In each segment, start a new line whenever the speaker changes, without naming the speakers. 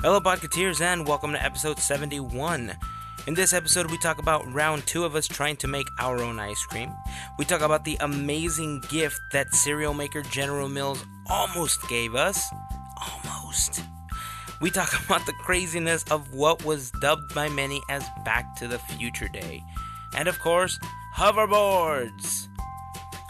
Hello, Podcateers, and welcome to episode 71. In this episode, we talk about round two of us trying to make our own ice cream. We talk about the amazing gift that cereal maker General Mills almost gave us. Almost. We talk about the craziness of what was dubbed by many as Back to the Future Day. And of course, hoverboards.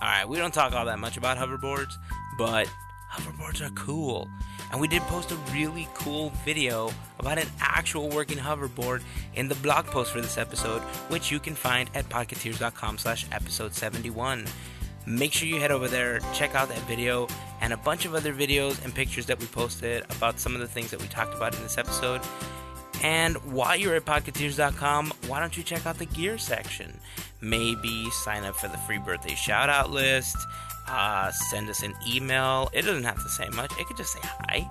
All right, we don't talk all that much about hoverboards, but hoverboards are cool. And we did post a really cool video about an actual working hoverboard in the blog post for this episode, which you can find at podcasters.com slash episode 71. Make sure you head over there, check out that video, and a bunch of other videos and pictures that we posted about some of the things that we talked about in this episode. And while you're at Pocketeers.com, why don't you check out the gear section? Maybe sign up for the free birthday shout out list, uh, send us an email. It doesn't have to say much, it could just say hi.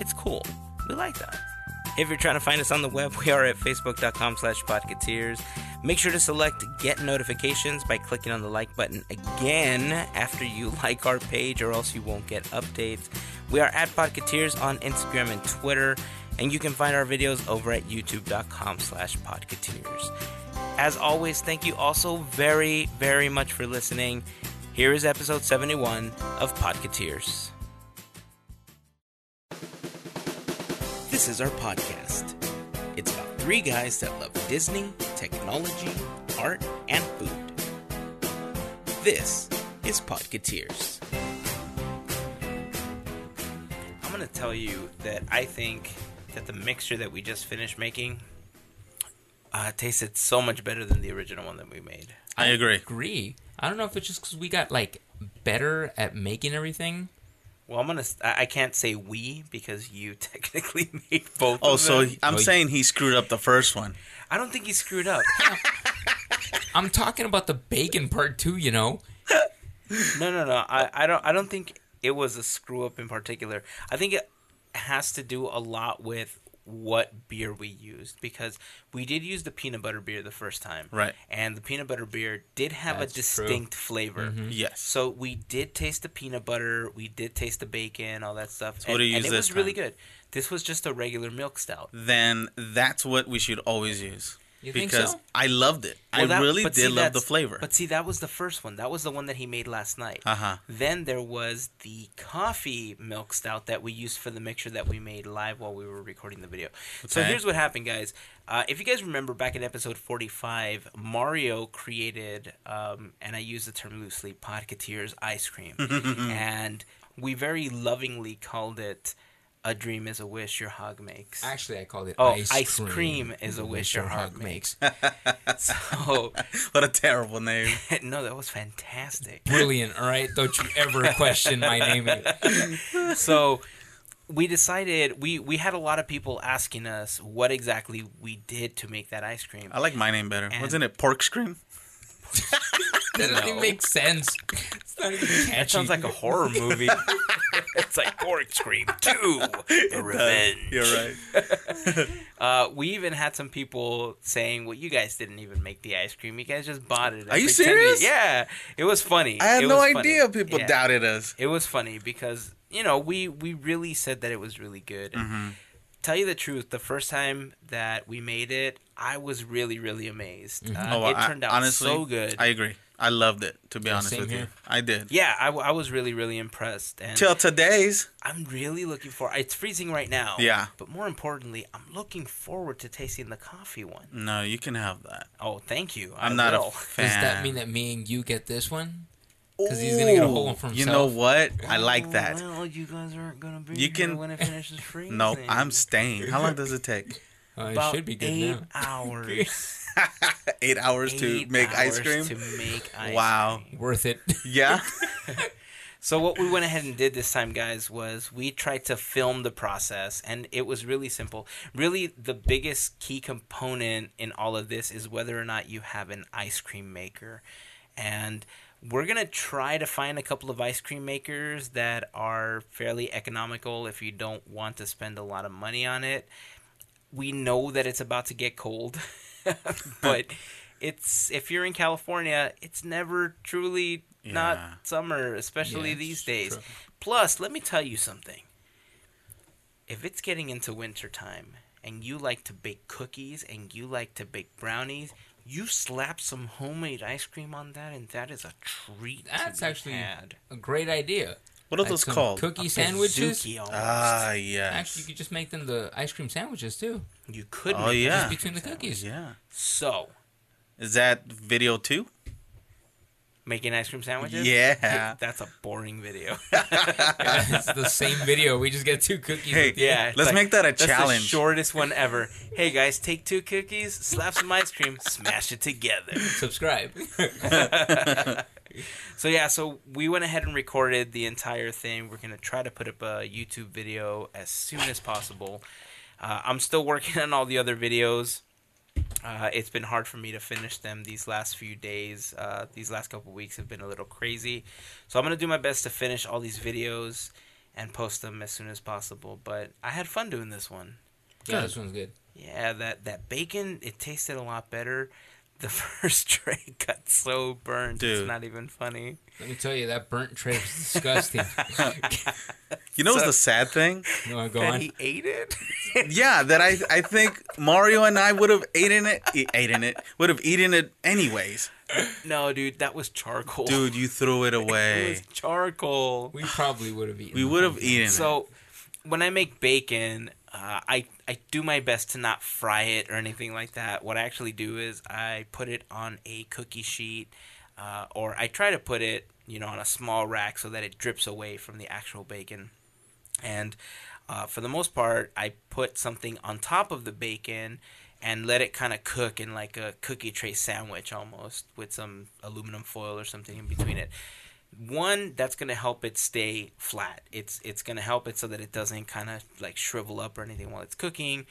It's cool. We like that. If you're trying to find us on the web, we are at facebook.com slash podcateers. Make sure to select get notifications by clicking on the like button again after you like our page, or else you won't get updates. We are at Podcateers on Instagram and Twitter, and you can find our videos over at youtube.com slash podcateers. As always, thank you also very, very much for listening. Here is episode 71 of Podcateers. This is our podcast. It's about three guys that love Disney, technology, art, and food. This is Podcateers. I'm going to tell you that I think that the mixture that we just finished making uh, tasted so much better than the original one that we made.
I agree.
agree. I don't know if it's just because we got like better at making everything.
Well, I'm gonna. s- I I can't say we because you technically made both.
Oh,
of
so
them.
he- I'm
Oh, you-
saying he screwed up the first one.
I don't think he screwed up.
I'm talking about the bacon part too, you know.
No, no, no. I, I don't. I don't think it was a screw up in particular. I think it has to do a lot with what beer we used because we did use the peanut butter beer the first time,
Right.
And the peanut butter beer did have
That's
a
true.
distinct flavor.
Yes.
So we did taste the peanut butter, we did taste the bacon, all that stuff.
what
and,
do you
and
use
it was
this
really
time?
good. This was just a regular milk stout.
then that's what we should always use.
You think
because
so?
I loved it. I
Well, that-
really
but
did
see,
love the
that's-
flavor.
But see, that was the first one. That was the one that he made last night.
Uh-huh.
Then there was the coffee milk stout that we used for the mixture that we made live while we were recording the video. So
Okay.
here's what happened, guys. Uh, if you guys remember back in episode 45, Mario created, um, and I use the term loosely, Podcateers ice cream. and we very lovingly called it A Dream is a Wish Your Hog Makes.
Actually, I called it
Oh,
ice,
ice cream is a wish your heart
makes.
So,
what a terrible name.
Oh, no, that was fantastic.
Brilliant. All right, don't you ever question my name.
so we decided we we had a lot of people asking us what exactly we did to make that ice cream.
I like my name better.
And-
Wasn't it pork scream?
That doesn't even
No.
make sense. It's not even catchy.
That sounds like a horror movie. it's like Pork Scream 2, The Revenge.
You're right.
Uh, we even had some people saying, well, you guys didn't even make the ice cream. You guys just bought it. and
Are you
pretended-
serious?
Yeah. It was funny.
I had
It
no
was funny.
idea people
Yeah.
doubted us.
It was funny because you know we we really said that it was really good. And
Mm-hmm.
Tell you the truth, the first time that we made it, I was really really amazed. Uh,
well,
it
Mm-hmm. Oh, I-
turned out
honestly,
so good.
I agree. I loved it, to be honest
same
with you.
here.
I did.
yeah, I, w- I was really really impressed, and
Till today's.
I'm really looking for. It's freezing right now.
Yeah.
but more importantly, I'm looking forward to tasting the coffee one.
No, you can have that.
Oh, thank you. I
I'm not
will.
a fan.
Does that mean that me and you get this one? 'Cause he's gonna get a whole one for
You know
himself.
what? I like that.
Oh, well, you guys aren't gonna be
You
you
can-
can... when it finishes freezing.
No, I'm staying. How long does it take?
Oh, it
about
should be good
eight
now.
hours.
Eight hours to
Eight
make ice cream.
hours to make ice
Wow.
cream.
Worth it.
Yeah.
So what we went ahead and did this time, guys, was we tried to film the process, and it was really simple. Really, the biggest key component in all of this is whether or not you have an ice cream maker, and we're gonna try to find a couple of ice cream makers that are fairly economical if you don't want to spend a lot of money on it we know that it's about to get cold, but it's if you're in California, it's never truly
Yeah.
not summer, especially
Yeah,
these
it's
days.
true.
Plus, let me tell you something. if it's getting into winter time and you like to bake cookies and you like to bake brownies, you slap some homemade ice cream on that, and that is a treat. to
That's
be
actually
had.
a great idea.
What are
Like
those
some
called?
Cookie sandwiches.
Pizookie almost.
Ah, yes.
Actually, you could just make them the ice cream sandwiches too.
you could.
Oh,
make
yeah.
ice cream
Between the
sandwich.
cookies.
yeah.
So
Is that video two?
making ice cream sandwiches.
Yeah.
that's a boring video.
it's the same video. We just get two cookies.
Hey,
Yeah, it's
Let's make that a
that's the
challenge.
shortest one ever. Hey guys, take two cookies, slap some ice cream, smash it together.
Subscribe.
So yeah, so we went ahead and recorded the entire thing. We're gonna try to put up a YouTube video as soon as possible. Uh, I'm still working on all the other videos. Uh, it's been hard for me to finish them these last few days. Uh, these last couple weeks have been a little crazy, so I'm gonna do my best to finish all these videos and post them as soon as possible. But I had fun doing this one.
yeah, this one's good.
Yeah, that that bacon it tasted a lot better. The first tray got so burned. It's
Dude.
not even funny.
Let me tell you, that burnt tray is disgusting.
You know what's the sad thing?
you want to go
And
on?
he ate it.
Yeah, that I I think Mario and I would have eaten it, e- eaten it, would have eaten it anyways.
no, dude, that was charcoal.
Dude, you threw
it
it away.
was charcoal.
We probably would have eaten.
We
the
would have
whole
eaten it.
So when I make bacon, uh, I I do my best to not fry it or anything like that. What I actually do is I put it on a cookie sheet, uh, or I try to put it you know on a small rack so that it drips away from the actual bacon. And uh, for the most part, I put something on top of the bacon and let it kind of cook in like a cookie tray sandwich almost with some aluminum foil or something in between it. One, that's going to help it stay flat. It's it's going to help it so that it doesn't kind of like shrivel up or anything while it's cooking.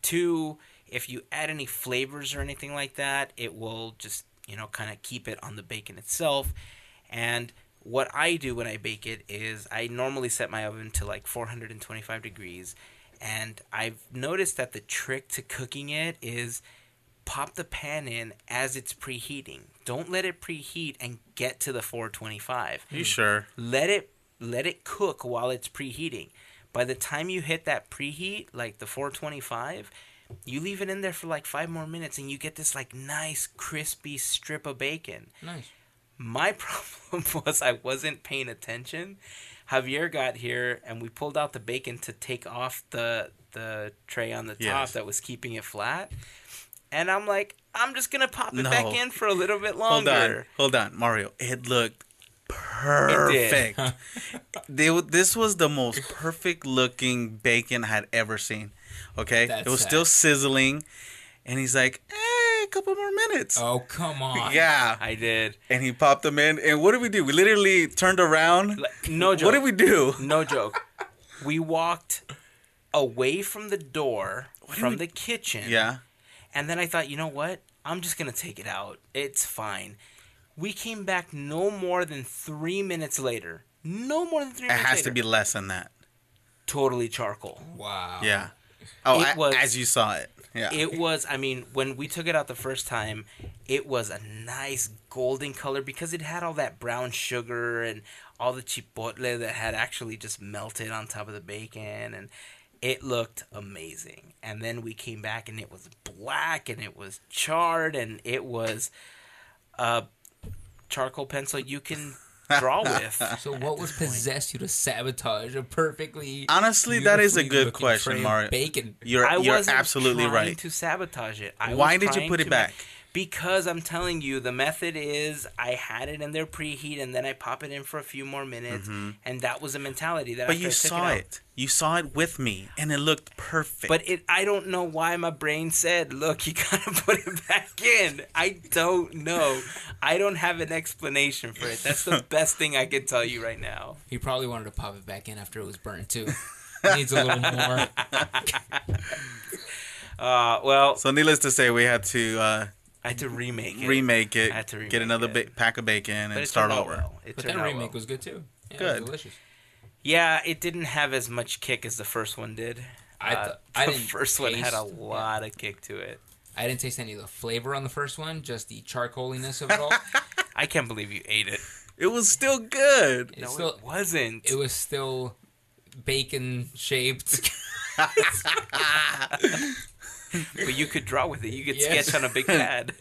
Two, if you add any flavors or anything like that, it will just, you know, kind of keep it on the bacon itself. And what I do when I bake it is I normally set my oven to like 425 degrees. And I've noticed that the trick to cooking it is pop the pan in as it's preheating. Don't let it preheat and get to the 425
You sure?
let it let it cook while it's preheating. By the time you hit that preheat, like the 425, you leave it in there for like five more minutes, and you get this like nice crispy strip of bacon.
Nice.
My problem was I wasn't paying attention. Javier got here, and we pulled out the bacon to take off the the tray on the top
Yes.
that was keeping it flat, and I'm like, I'm just gonna pop it
No.
back in for a little bit
Hold
longer.
on, hold on, Mario. It looked
did.
perfect. they, w- this was the most perfect looking bacon I had ever seen. Okay,
That's
it was
sad.
still sizzling, and he's like, "Hey, a couple more minutes."
Oh come on.
yeah,
I did.
and he popped them in. And what did we do? We literally turned around.
Like, no joke.
What did we do?
No joke. we walked away from the door from
we-
the kitchen.
Yeah.
And then I thought, you know what? I'm just gonna take it out. It's fine. We came back no more than three minutes later. No more than three
It
minutes
has
later.
to be less than that.
totally charcoal.
Wow.
Yeah. Oh,
It
I-
was-
as you saw it. Yeah.
It was, I mean, when we took it out the first time, it was a nice golden color because it had all that brown sugar and all the chipotle that had actually just melted on top of the bacon and it looked amazing. And then we came back and it was black and it was charred and it was a charcoal pencil you can draw with.
So what would possess you to sabotage a perfectly
Honestly, that is a
beautifully
good
looking
question,
tray of
Mario.
Bacon.
You're
I
you're
wasn't
absolutely
trying
right.
To sabotage it. I
Why
was
did you
trying
put it
to
back?
because I'm telling you, the method is I had it in there preheat, and then I pop it in for a few more minutes, and that was the mentality that.
Mm-hmm. But
after
you
I took
saw
it. out-
it. You saw it with me, and it looked perfect.
But it, I don't know why my brain said, "Look, you gotta put it back in." I don't know. I don't have an explanation for it. That's the best thing I can tell you right now.
He probably wanted to pop it back in after it was burnt too. It needs a little more.
Uh, well,
so, needless to say, we had to uh,
I had to remake it.
remake it,
I had to remake
get another
it.
ba- pack of bacon,
But
and
it
start
turned out
over.
well. It
But
turned
that
out
remake
well.
was good too. Yeah, It
Good.
was delicious.
Yeah, it didn't have as much kick as the first one did.
I
Uh,
th- I
the
didn't
first one had a
taste-
lot of kick to it.
I didn't taste any of the flavor on the first one, just the charcoaliness of it all.
I can't believe you ate it.
It was still good.
It's
No,
still,
it wasn't.
it was still bacon shaped.
but you could draw with it. You could
Yes.
sketch on a big pad.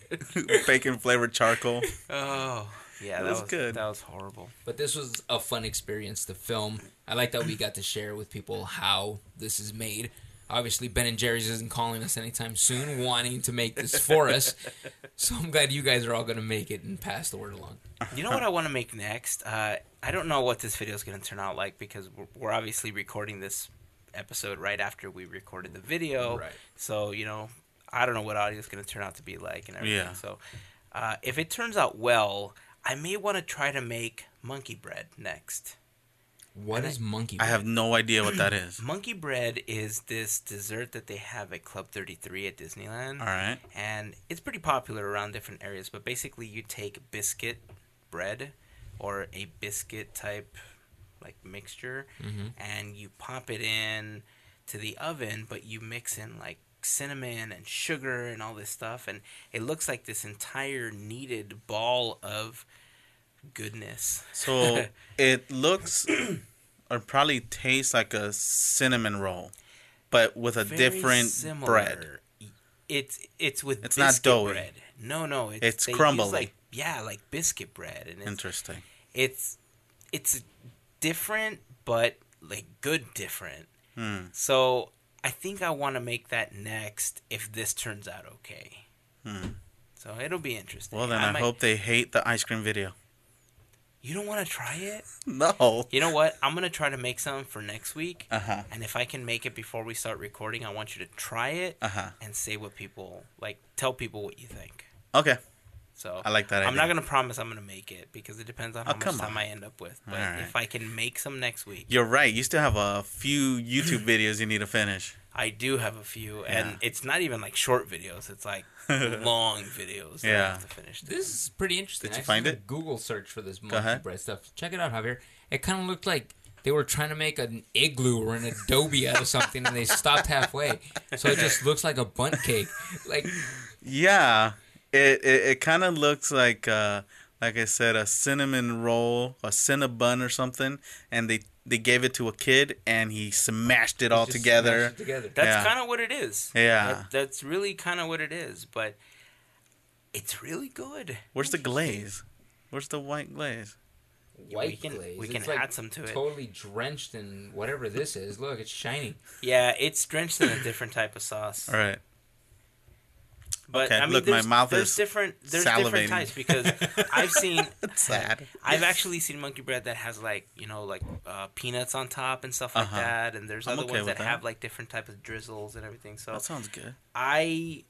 Bacon flavored charcoal.
oh, yeah, that,
was
was
good.
That was horrible.
But this was a fun experience to film. I like that we got to share with people how this is made. Obviously, Ben and Jerry's isn't calling us anytime soon, wanting to make this for us. So I'm glad you guys are all going to make it and pass the word along.
You know what I want to make next? Uh, I don't know what this video is going to turn out like because we're, we're obviously recording this episode right after we recorded the video.
Right.
So, you know, I don't know what audio is going to turn out to be like and everything.
Yeah.
So, uh, if it turns out well, I may want to try to make monkey bread next.
What
And
is monkey?
I have no idea what that is.
Monkey bread is this dessert that they have at Club 33 at Disneyland.
All right.
and it's pretty popular around different areas. But basically, you take biscuit bread or a biscuit type like mixture,
Mm-hmm.
and you pop it in to the oven, but you mix in like cinnamon and sugar and all this stuff, and it looks like this entire kneaded ball of goodness.
So it looks or probably tastes like a cinnamon roll, but with a
Very
different bread.
It's it's with it's
It's not
not
doughy.
bread. No, no, it's,
It's
they use,
crumbly.
Like, yeah, like biscuit bread, and it's
Interesting.
it's it's different but like good different
Hmm.
so i think i want to make that next if this turns out okay so it'll be interesting
Hmm. Well, then I,
might-
hope they hate the ice cream video.
you don't want to try it
No.
you know what i'm gonna try to make something for next week
Uh huh.
and if i can make it before we start recording i want you to try it
Uh huh.
and say what people like tell people what you think
Okay.
so
I like that.
I'm not
idea.
gonna promise I'm gonna make it because it depends on
Oh,
how much
come
time
on.
I end up with. But
All right.
if I can make some next week,
You're right. You still have a few YouTube videos you need to finish.
I do have a few,
Yeah.
and it's not even like short videos. It's like long videos. That yeah, I
Yeah.
have to finish.
This is pretty interesting.
Did you
I just
find
did a
it?
Google search for this monkey
ahead.
bread stuff. Check it out, Javier. It kind of looked like they were trying to make an igloo or an adobe out of something, and they stopped halfway. So it just looks like a bunt cake. Like
Yeah. It it, it kind of looks like uh like I said a cinnamon roll, a cinnabun or something, and they they gave it to a kid and he smashed it all
just
together.
smashed it together.
That's
Yeah.
kind of what it is.
Yeah.
That- that's really kind of what it is. But it's really good.
Where's the glaze? Where's the white glaze?
white
we can-
glaze.
we can
It's, like,
add some to it.
Totally drenched in whatever this is. Look, it's shiny.
Yeah, it's drenched in a different type of sauce.
All right.
But
Okay,
I mean,
look, my
there's-
mouth
there's
is
different. There's
salivating.
different types because I've seen.
Sad.
I've actually seen monkey bread that has like you know like uh, peanuts on top and stuff like
Uh-huh.
that, and there's
I'm
other
okay
ones
with
that, have
that.
like different types of drizzles and everything. So
That sounds good.
I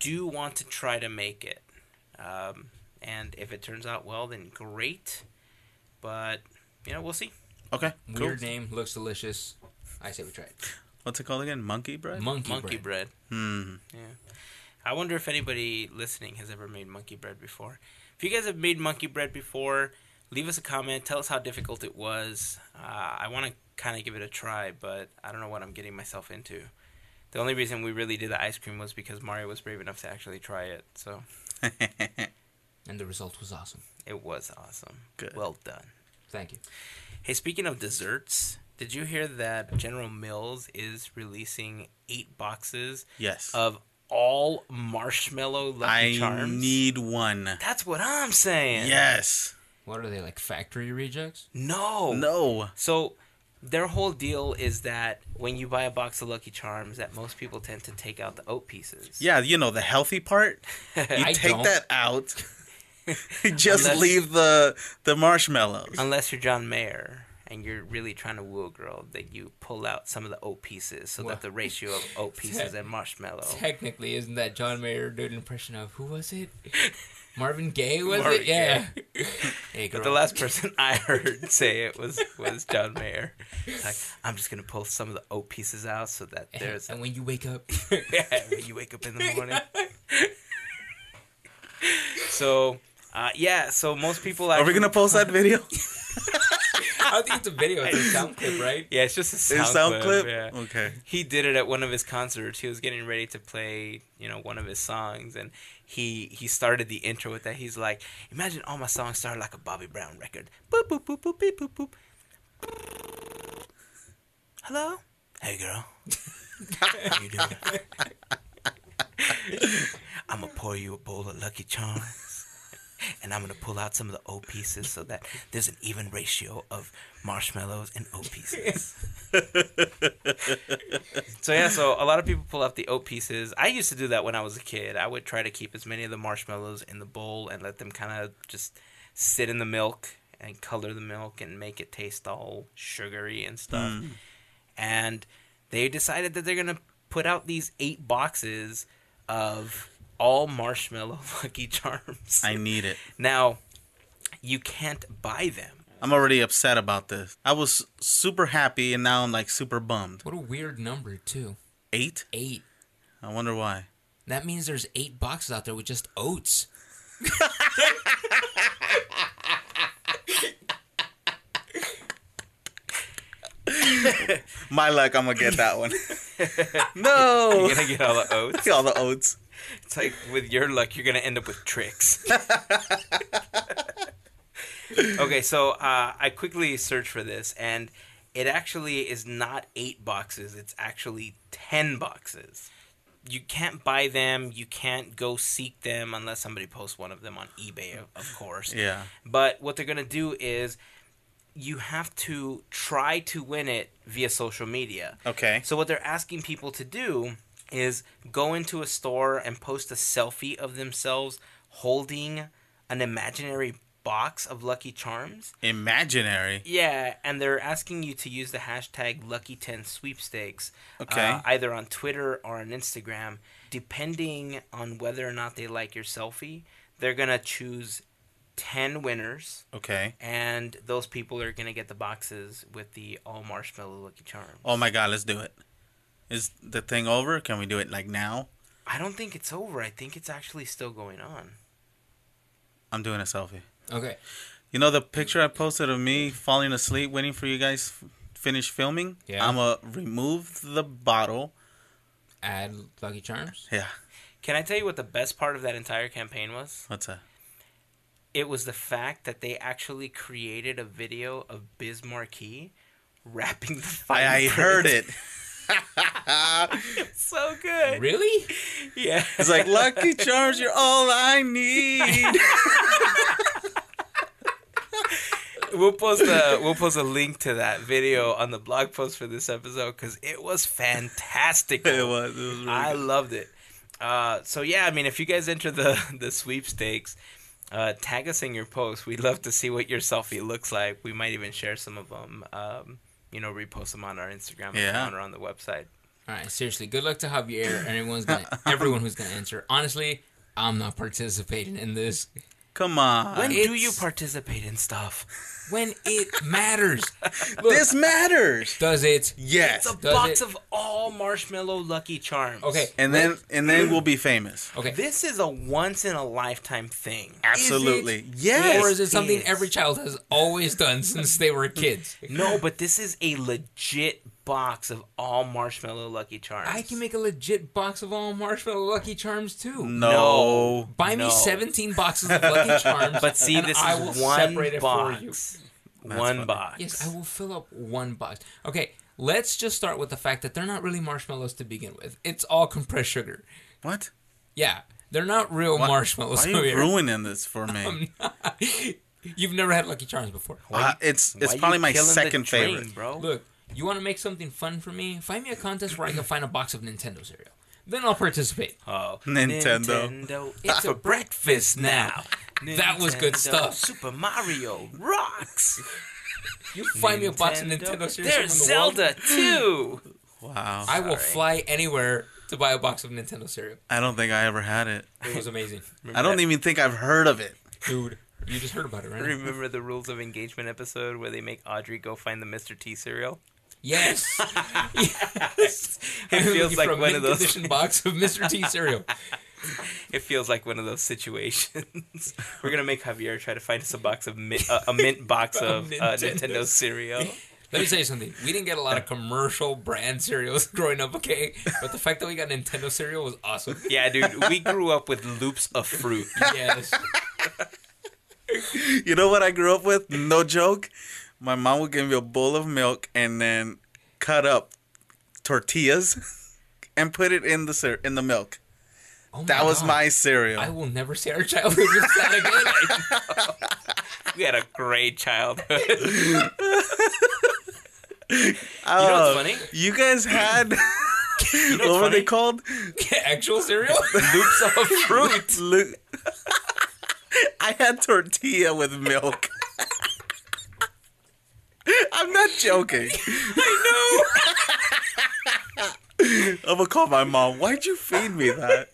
do want to try to make it. Um, and if it turns out well, then great. But, you know, we'll see.
Okay. Cool.
Weird name. Looks delicious. I say we try it.
What's it called again? Monkey bread?
Monkey,
monkey
bread.
bread.
hmm.
Yeah. I wonder if anybody listening has ever made monkey bread before. If you guys have made monkey bread before, leave us a comment. Tell us how difficult it was. Uh, I want to kind of give it a try, but I don't know what I'm getting myself into. The only reason we really did the ice cream was because Mario was brave enough to actually try it. So
And the result was awesome.
it was awesome.
Good.
Well done.
Thank you.
Hey, speaking of desserts, did you hear that General Mills is releasing eight boxes
yes.
of all marshmallow Uh, Lucky
I
Charms?
need one.
That's what I'm saying.
Yes.
What are they like? Factory rejects?
No.
No.
So their whole deal is that when you buy a box of Lucky Charms, that most people tend to take out the oat pieces.
Yeah, you know the healthy part. You
I
take
don't.
that out. Just
Unless-
leave the the marshmallows.
Unless you're John Mayer and you're really trying to woo a girl, that you pull out some of the oat pieces so
Well,
that the ratio of oat pieces and marshmallow.
Technically, isn't that John Mayer doing an impression of who was it? Marvin Gaye was
Marvin
it? Yeah. hey, girl.
But the last person I heard say it was was John Mayer. It's like, I'm just gonna pull some of the oat pieces out so that there's
and when you wake up,
yeah, when you wake up in the morning. so uh, yeah, so most people
Are we gonna post that video?
I don't think it's a video. It's a sound clip, right?
Yeah, it's just a
In
sound,
sound clip?
Yeah.
Okay.
He did it at one of his concerts. He was getting ready to play, you know, one of his songs, and he he started the intro with that. He's like, "Imagine all my songs started like a Bobby Brown record. Boop boop boop boop beep boop boop. Hello, Hey, girl. How you doing? I'm gonna pour you a bowl of Lucky Charms, and I'm gonna pull out some of the O pieces so that there's an even ratio of marshmallows and O pieces. so yeah, so a lot of people pull out the O pieces. I used to do that when I was a kid. I would try to keep as many of the marshmallows in the bowl and let them kind of just sit in the milk and color the milk and make it taste all sugary and stuff. And they decided that they're gonna put out these eight boxes of all marshmallow Lucky Charms.
I need it.
now, you can't buy them.
I'm already upset about this. I was super happy and now I'm like super bummed.
What a weird number, too.
Eight?
Eight.
I wonder why.
That means there's eight boxes out there with just oats.
My luck, I'm gonna get that one. no,
You're gonna get all the oats.
all the oats.
It's like with your luck, you're gonna end up with tricks. okay, so uh, I quickly searched for this, and it actually is not eight boxes. It's actually ten boxes. You can't buy them. You can't go seek them unless somebody posts one of them on eBay, of- of course.
Yeah.
But what they're gonna do is you have to try to win it via social media.
Okay.
So what they're asking people to do is go into a store and post a selfie of themselves holding an imaginary box of Lucky Charms.
Imaginary.
Yeah, and they're asking you to use the hashtag Lucky10 Sweepstakes
Okay.
uh, either on Twitter or on Instagram. Depending on whether or not they like your selfie, they're going to choose 10 winners,
Okay.
and those people are going to get the boxes with the all marshmallow Lucky Charms.
Oh my god, let's do it. Is the thing over? Can we do it like now?
I don't think it's over. I think it's actually still going on.
I'm doing a selfie.
Okay.
You know the picture I posted of me falling asleep waiting for you guys f- finish filming?
Yeah.
I'm gonna remove the bottle.
Add Lucky Charms.
Yeah.
Can I tell you what the best part of that entire campaign was?
What's that?
It was the fact that they actually created a video of Biz Markie rapping the fine
I, I
print.
heard it.
So good.
Really?
Yeah.
It's like Lucky Charms, you're all I need.
we'll post a we'll post a link to that video on the blog post for this episode because it was fantastic.
it was. It was really
I
good.
loved it. Uh, so yeah, I mean, if you guys enter the the sweepstakes, uh, tag us in your post. We'd love to see what your selfie looks like. We might even share some of them. Um, you know, repost them on our Instagram
Yeah.
account or on the website.
All right. Seriously. Good luck to Javier and everyone's gonna, everyone who's gonna answer. Honestly, I'm not participating in this.
Come on.
When do
Uh, it's-
you participate in stuff?
When it matters, Look,
this matters.
does it?
Yes.
It's a
Does
box
it-
of all marshmallow Lucky Charms.
Okay.
and then and then we'll be famous.
Okay.
This is a once in a lifetime thing.
Absolutely. Yes.
Or is it something
is.
every child has always done since they were kids?
No, but this is a legit box of all marshmallow Lucky Charms.
I can make a legit box of all marshmallow Lucky Charms too.
no.
Buy
No.
me 17 boxes of Lucky Charms.
But see,
and
this
I will
is one
separate it for you.
box. One
funny.
box.
Yes, I will fill up one box. Okay, let's just start with the fact that they're not really marshmallows to begin with. It's all compressed sugar.
What?
Yeah, they're not real marshmallows.
Why are you
Javier.
ruining this for me?
You've never had Lucky Charms before.
Uh, it's
Um, Why
it's
you
probably my
killing the
second
dream,
favorite.
bro.
Look, you want to make something fun for me? Find me a contest where I can find a box of Nintendo cereal. Then I'll participate.
Oh,
Nintendo.
Nintendo, It's for breakfast now.
That was good
Nintendo,
stuff.
Super Mario rocks.
You find me a box of Nintendo cereal. somewhere in
There's
the world,
Zelda too.
Wow.
I will
Sorry.
fly anywhere to buy a box of Nintendo cereal.
I don't think I ever had it.
It was amazing.
I don't even think I've heard of it.
Dude, you just heard about it, right?
Remember the rules of engagement episode where they make Audrey go find the Mr. T cereal?
Yes. yes.
It feels like one of those-
condition box of Mr. T cereal.
It feels like one of those situations. We're gonna make Javier try to find us a box of mi- uh, a mint box of uh,
Nintendo.
Nintendo cereal.
Let me tell you something. We didn't get a lot of commercial brand cereals growing up, okay? But the fact that we got Nintendo cereal was awesome.
Yeah, dude, we grew up with loops of fruit.
Yes.
You know what I grew up with? No joke. My mom would give me a bowl of milk and then cut up tortillas and put it in the cer- in the milk.
Oh my
That was
God.
my cereal.
I will never see our childhood with that again. I-
We had a great childhood.
you know what's funny?
Oh, You guys had
You know what's
what were they
funny?
called?
Actual cereal?
Loops of fruit.
Lu- I had tortilla with milk. I'm not joking.
I know.
I'm gonna call my mom. Why'd you feed me that?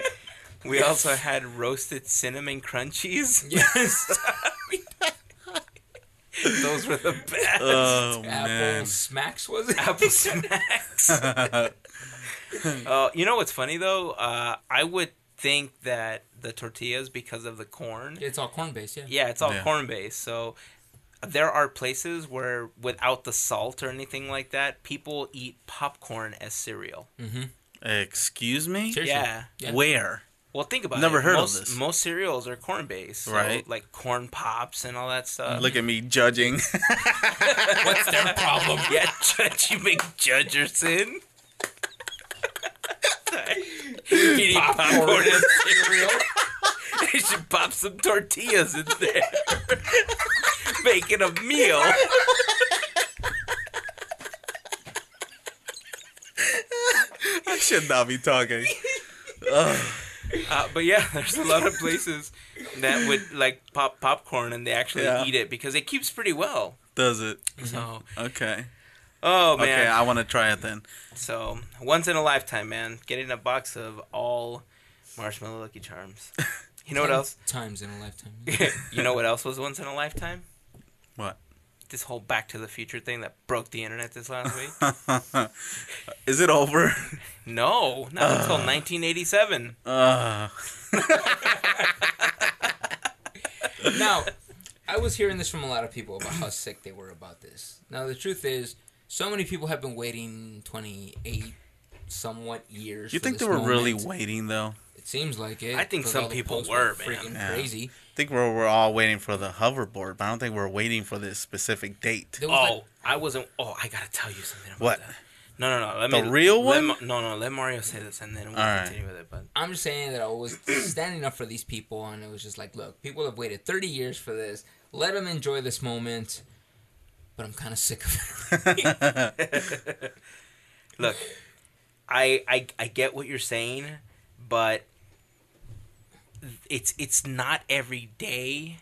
We also had roasted cinnamon crunchies.
Yes.
Those were the best.
Oh
Apple
man.
Smacks was it?
Apple snacks. uh, you know what's funny though? Uh, I would think that the tortillas, because of the corn,
It's all corn based, yeah.
yeah, it's all
Yeah.
corn based. So there are places where, without the salt or anything like that, people eat popcorn as cereal.
Excuse me.
Seriously.
Yeah.
Yeah.
Where?
Well, think about
Never
it.
heard of
most,
this.
Most cereals are corn based, so
Right.
Like corn pops and all that stuff.
Look at me judging.
What's their problem?
yeah, Judge, you make Judgerson.
Eating popcorn and cereal.
They should pop some tortillas in there. Make it a meal.
I should not be talking.
Uh, but yeah, there's a lot of places that would like pop popcorn and they actually
Yeah.
eat it because it keeps pretty well.
Does it?
So,
Okay.
oh man.
Okay, I want to try it then.
So, once in a lifetime, man, getting a box of all marshmallow Lucky Charms. You know what else?
Times in a lifetime.
you know what else was once in a lifetime?
What?
This whole Back to the Future thing that broke the internet this last week.
Is it over?
No, not until 1987.
Uh,
now, I was hearing this from a lot of people about how sick they were about this. Now, the truth is, so many people have been waiting 28 somewhat years.
you
for
think they
this
were really
moment.
waiting though?
It seems like it.
I think
'cause
some
all the
people
posts
were, man.
freaking
Yeah.
crazy.
I think we're, we're all waiting for the hoverboard, but I don't think we're waiting for this specific date.
There was like-
Oh, I wasn't. Oh, I gotta tell you something about
What?
that. No, no, no. Let
The
me,
real
let
one?
Ma- no, no. Let Mario say this, and then we'll
All right.
continue with it. But
I'm just saying that I was standing up for these people, and it was just like, look, people have waited 30 years for this. Let them enjoy this moment. But I'm kind of sick of it.
look, I, I, I get what you're saying, but it's it's not every day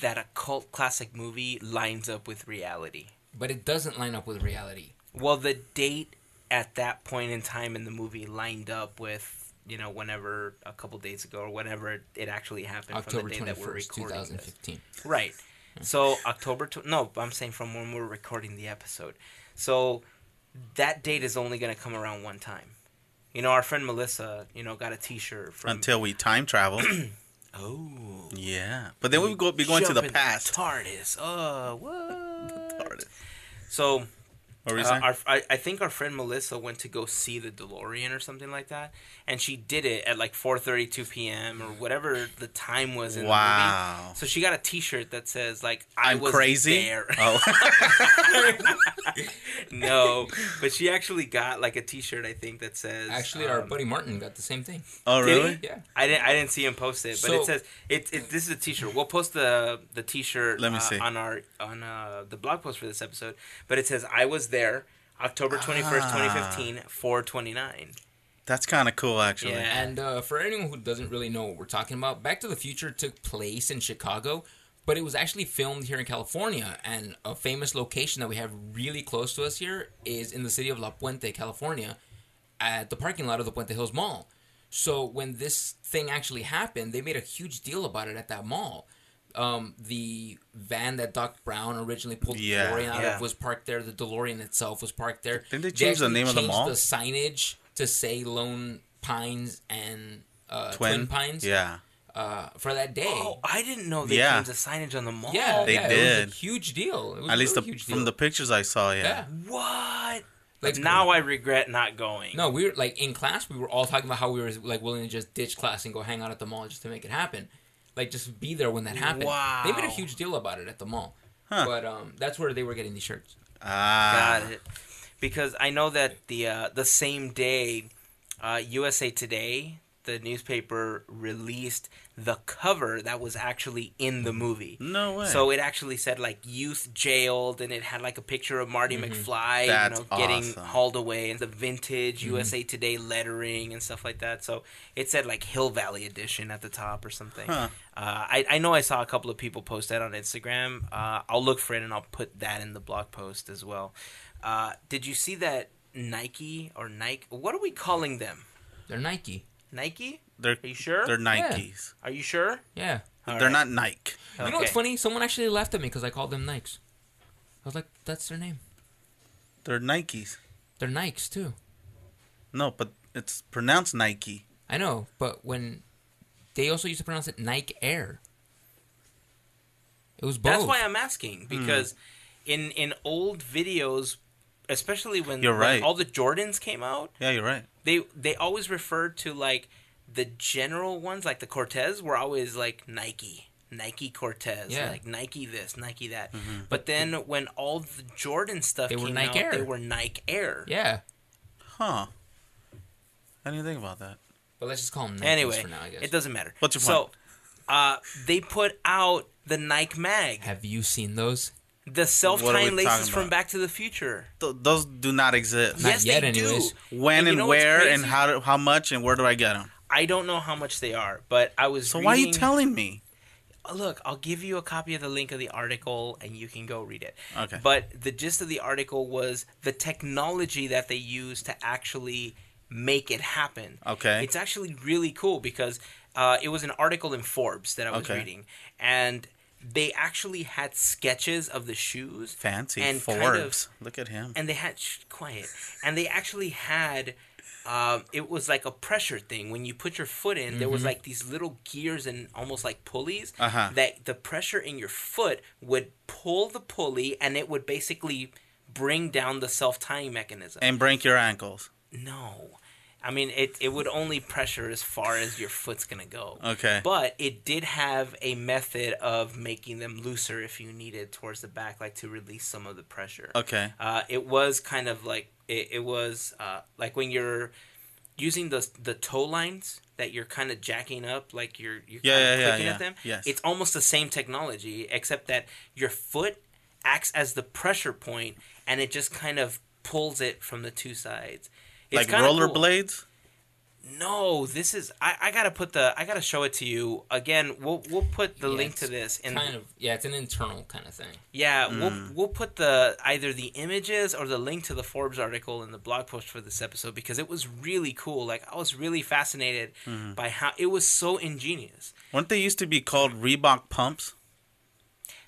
that a cult classic movie lines up with reality.
but it doesn't line up with reality.
Well, the date at that point in time in the movie lined up with you know whenever a couple days ago or whenever it actually happened
October
from the day that we're
21st,
recording this.
2015.
Right. So October tw- no, I'm saying from when we're recording the episode. So that date is only going to come around one time. You know, our friend Melissa, you know, got a T-shirt from
Until we time travel.
oh,
yeah. But then we would go, be going to
jump
the
in
past.
TARDIS. Oh, what?
What
So
were
uh,
you saying?
our, I, I think our friend Melissa went to go see the DeLorean or something like that, and she did it at like 4:32 p.m. or whatever the time was in the
Wow.
movie. So she got a T-shirt that says like I
I'm
was
crazy.
there.
Oh,
no, but she actually got like a T-shirt I think that says
Actually, our
um,
buddy Martin got the same thing.
oh
Did he?
really?
Yeah.
I didn't. I didn't see him post it, but
So-
it says it, it. This is a T-shirt. We'll post the the T-shirt.
Let me
uh,
see.
on our on uh, the blog post for this episode. But it says I was there, October twenty first,
Ah.
twenty fifteen, four twenty nine.
That's kind of cool, actually.
Yeah.
And uh, for anyone who doesn't really know what we're talking about, Back to the Future took place in Chicago, but it was actually filmed here in California. And a famous location that we have really close to us here is in the city of La Puente, California, at the parking lot of the Puente Hills Mall. So when this thing actually happened, they made a huge deal about it at that mall. Um, the van that Doc Brown originally pulled the
Yeah.
DeLorean out
Yeah.
of was parked there. The DeLorean itself was parked there.
Didn't they change the
actually
name of the
changed
mall?
signage to say Lone Pines and uh, Twin.
Twin?
Pines
Yeah.
uh, for that day.
Oh, I didn't know they
Yeah.
changed the signage on the mall.
yeah,
They
yeah, It
did.
was a huge deal. It was
At least
really
the,
huge deal.
from the pictures I saw, yeah.
yeah.
What?
Like-
now I regret not going.
No, we were like in class. We were all talking about how we were like willing to just ditch class and go hang out at the mall just to make it happen, like just be there when that happened.
Wow.
They made a huge deal about it at the mall, but um, that's where they were getting these shirts.
Ah.
Got it. because I know that the uh, the same day, uh, USA Today, the newspaper released the cover that was actually in the movie.
No way.
So it actually said like youth jailed, and it had like a picture of Marty McFly,
Mm-hmm. That's
you know, getting
awesome. Mm-hmm.
hauled away, and the vintage USA Today lettering and stuff like that. So it said like Hill Valley Edition at the top or something.
Huh.
Uh, I I know I saw a couple of people post that on Instagram. Uh, I'll look for it and I'll put that in the blog post as well. Uh, did you see that Nike or Nike? What are we calling them?
They're Nike.
Nike?
they're
Are you sure?
they're Nikes.
Are you sure?
Yeah.
All
They're
right.
not Nike.
You know what's
Okay.
funny? Someone actually laughed at me because I called them Nikes. I was like, that's their name.
They're Nikes.
They're Nikes too.
No, but it's pronounced Nike.
I know, but when they also used to pronounce it Nike Air. It was both. Hmm.
That's why I'm asking because in in old videos, especially when,
You're
when
right.
all the Jordans came out,
Yeah, you're right.
they they always referred to like the general ones, like the Cortez, were always like Nike, Nike Cortez,
Yeah. Mm-hmm.
like Nike this, Nike that. But then when all the Jordan stuff
They
came
were Nike
out,
Air.
they were Nike Air.
yeah.
Huh. I didn't think about that.
But let's just call them Nikes
Anyway,
for now, I guess.
it doesn't matter.
What's your
So, uh, they put out the Nike Mag,
Have you seen those?
the self
What are we
tying laces
talking
from
about?
Back to the Future.
Th- those do not exist.
Not yet, anyways.
When and,
you know what's
where and
crazy?
how do, how much and where do I get them?
I don't know how much they are, but I was.
So why are you
reading-
telling me?
Look, I'll give you a copy of the link of the article, and you can go read it.
Okay.
But the gist of the article was the technology that they use to actually make it happen.
Okay.
It's actually really cool because uh, it was an article in Forbes that I was
Okay.
reading, and they actually had sketches of the shoes
Fancy
and
Forbes.
kind of-
Look at him.
and they had shh, quiet and they actually had um, it was like a pressure thing when you put your foot in there was like these little gears and almost like pulleys
Mm-hmm. Uh-huh.
that the pressure in your foot would pull the pulley and it would basically bring down the self-tying mechanism
And break your ankles.
no i mean it, it would only pressure as far as your foot's gonna go
Okay.
but it did have a method of making them looser if you needed towards the back like to release some of the pressure
Okay.
uh, it was kind of like it, it was uh, like when you're using the the toe lines that you're kind of jacking up, like you're you're
Yeah,
kind of
yeah, yeah,
clicking
yeah.
at them.
Yes.
It's almost the same technology, except that your foot acts as the pressure point, and it just kind of pulls it from the two sides. It's
Like
kinda cool.
rollerblades?
No, this is I, I gotta put the I gotta show it to you again. We'll we'll put the
Yeah,
link
it's
to this in
Kind of. Yeah, it's an internal kind of thing.
Yeah,
Mm.
we'll we'll put the either the images or the link to the Forbes article in the blog post for this episode because it was really cool. Like I was really fascinated
Mm-hmm.
by how it was so ingenious.
Weren't they used to be called Reebok pumps?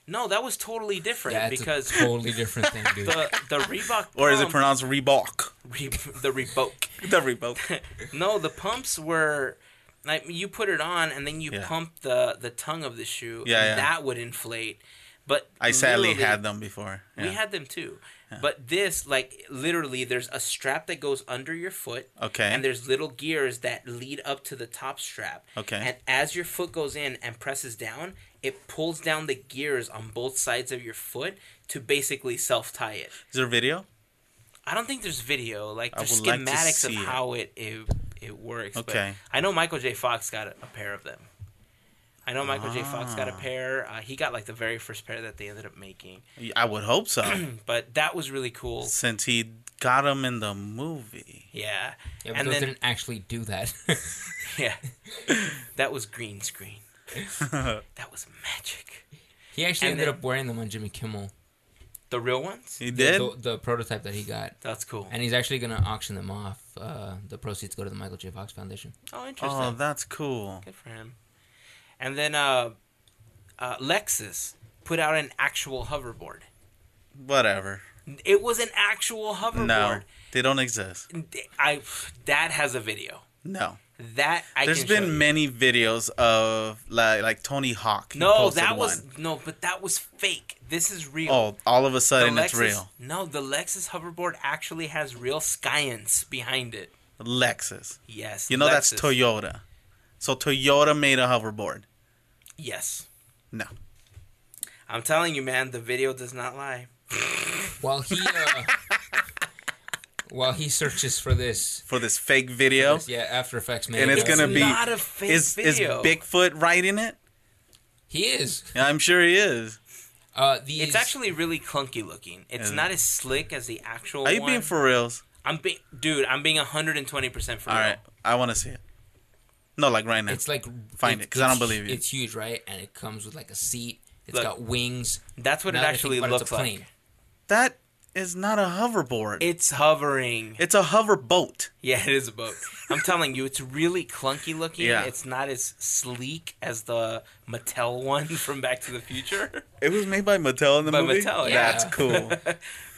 No, that was totally different
Yeah, it's
because
a totally different thing, dude.
the the Reebok
Or is it
pump-
pronounced Reebok?
Re- Um, the Reebok?
The Reebok.
no, the pumps were like you put it on and then you
Yeah.
pump the the tongue of the shoe.
Yeah,
and
yeah.
that would inflate. But
I sadly
literally-
had them before.
We
Yeah.
had them too. But this, like, literally, there's a strap that goes under your foot.
Okay.
And there's little gears that lead up to the top strap.
Okay.
And as your foot goes in and presses down, it pulls down the gears on both sides of your foot to basically self tie it.
Is there a video?
I don't think there's video. Like,
I
there's
would like to
schematics
see
of
it.
how it it, it works.
Okay.
But I know Michael J. Fox got a, a pair of them. I know Michael J. Fox
Ah.
got a pair. Uh, he got like the very first pair that they ended up making.
I would hope so.
But that was really cool.
since he got them in the movie.
Yeah.
yeah, but
and
those
then
didn't actually do that.
yeah. that was green screen. that was magic.
he actually
And
ended
then-
up wearing them on Jimmy Kimmel.
The real ones?
He
The,
did?
the, the prototype that he got.
That's cool.
And he's actually going to auction them off. Uh, the proceeds go to the Michael J. Fox Foundation.
Oh, interesting.
Oh, that's cool.
Good for him. And then uh, uh, Lexus put out an actual hoverboard.
Whatever.
It was an actual
No,
hoverboard.
they don't exist.
I that has a video.
No.
That I
There's
can show
been
you.
many videos of like like Tony Hawk. he
No,
posted
that was
one.
no, but that was fake. This is real.
Oh, all of a
The
sudden it's
Lexus-
real.
No, the Lexus hoverboard actually has real Science behind it.
Lexus.
Yes.
You know that's
Lexus.
Toyota. So Toyota made a hoverboard.
Yes.
No.
I'm telling you, man, the video does not lie.
Well, he. Uh, while he searches for this.
for this fake video.
Yeah, After Effects man.
And it's
he
gonna
does.
be
not a fake
Is is
video.
Bigfoot right in it?
He is.
Yeah, I'm sure he is.
Uh, these,
It's actually really clunky looking. It's
Yeah.
not as slick as the actual.
Are you
one.
being for reals?
I'm being, dude. I'm being 120 percent for
All
real.
right, I want to see it. No, like right now.
It's like
Find it, 'cause I
it's-
don't believe you.
It's huge, right? And it comes with like a seat. It's
Look.
got wings.
That's what
Now
it
that I think
actually
about it,
looks
it's a plane.
like.
that is not a hoverboard.
It's hovering.
it's a hoverboat.
Yeah, it is a boat. I'm telling you, it's really clunky looking.
Yeah.
It's not as sleek as the Mattel one from Back to the Future,
It was made by Mattel in the
By
movie.
Mattel,
yeah.
That's cool.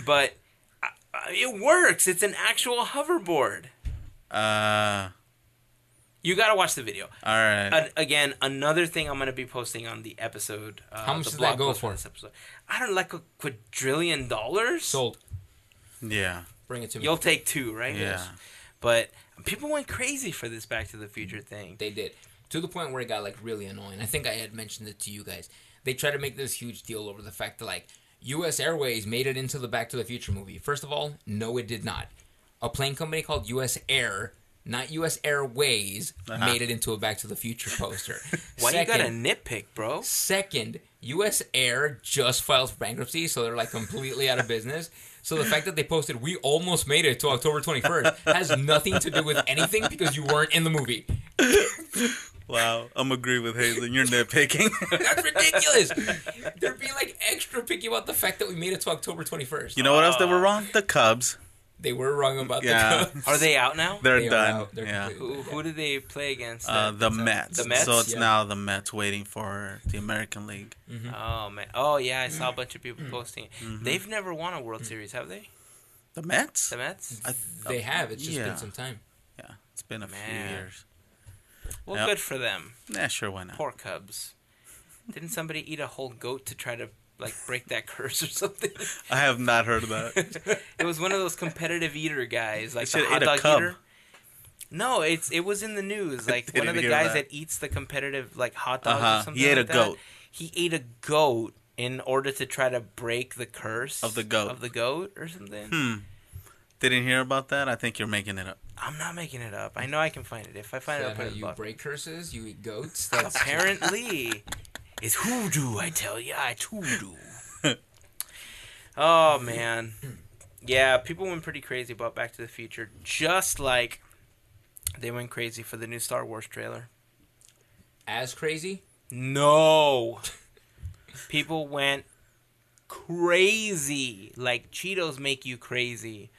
but uh, uh, it works. It's an actual hoverboard.
uh,
You got to watch the video.
all right.
And again, another thing I'm going to be posting on the episode. Uh,
How much
the
did that
blog
go
post
for?
this episode. I don't like a quadrillion dollars.
Sold.
yeah.
Bring it to me.
You'll take two, right?
Yeah.
But people went crazy for this Back to the Future thing.
They did. To the point where it got like really annoying. I think I had mentioned it to you guys. They tried to make this huge deal over the fact that like US Airways made it into the Back to the Future movie. First of all, no it did not. A plane company called US Air, not US Airways,
Uh-huh.
made it into a Back to the Future poster.
Why you got to
Second-
nitpick, bro?
Second, U.S. Air just filed for bankruptcy, so they're like completely out of business. So the fact that they posted "We almost made it to October 21st" has nothing to do with anything because you weren't in the movie.
Wow. I'm agree with Hazen. You're nitpicking.
That's ridiculous. They're being like extra picky about the fact that we made it to October 21st.
you know what else
Uh,
they were wrong? The Cubs.
they were wrong about
Yeah.
the Cubs.
Are they out now?
They're
They are
done.
out. They're
yeah.
Who,
completely-
who did they play against?
Uh,
that-
the Mets.
The Mets?
So it's
Yeah.
now the Mets waiting for the American League.
oh man. Oh yeah, I saw a bunch of people
Mm-hmm.
posting. it.
Mm-hmm.
They've never won a World Series, have they?
The Mets?
The Mets.
I-
They have. It's just
Yeah.
been some time.
Yeah. It's been a
Man.
few years.
Well,
Yep.
good for them.
Yeah, sure. Why not?
Poor Cubs. Didn't somebody eat a whole goat to try to like break that curse or something?
I have not heard of that.
It was one of those competitive eater guys, like the
should've
hot
ate a
dog
cub.
eater. No, it's it was in the news. Like
didn't
one of the
hear
guys
that.
that. eats the competitive like hot dog
Uh-huh.
or something.
He ate
like
a
that.
goat.
He ate a goat in order to try to break the curse
Of the goat. Hmm.
Of the goat or something.
Didn't hear about that? I think you're making it up.
I'm not making it up. I know I can find it. If I find
Is
it, I'll
that how
put it in the
you
blog.
break curses? You eat goats? That's
Apparently, it's hoodoo. I tell ya, it's hoodoo. oh man, yeah. People went pretty crazy about Back to the Future, just like they went crazy for the new Star Wars trailer.
as crazy.
No, people went crazy. Like Cheetos make you crazy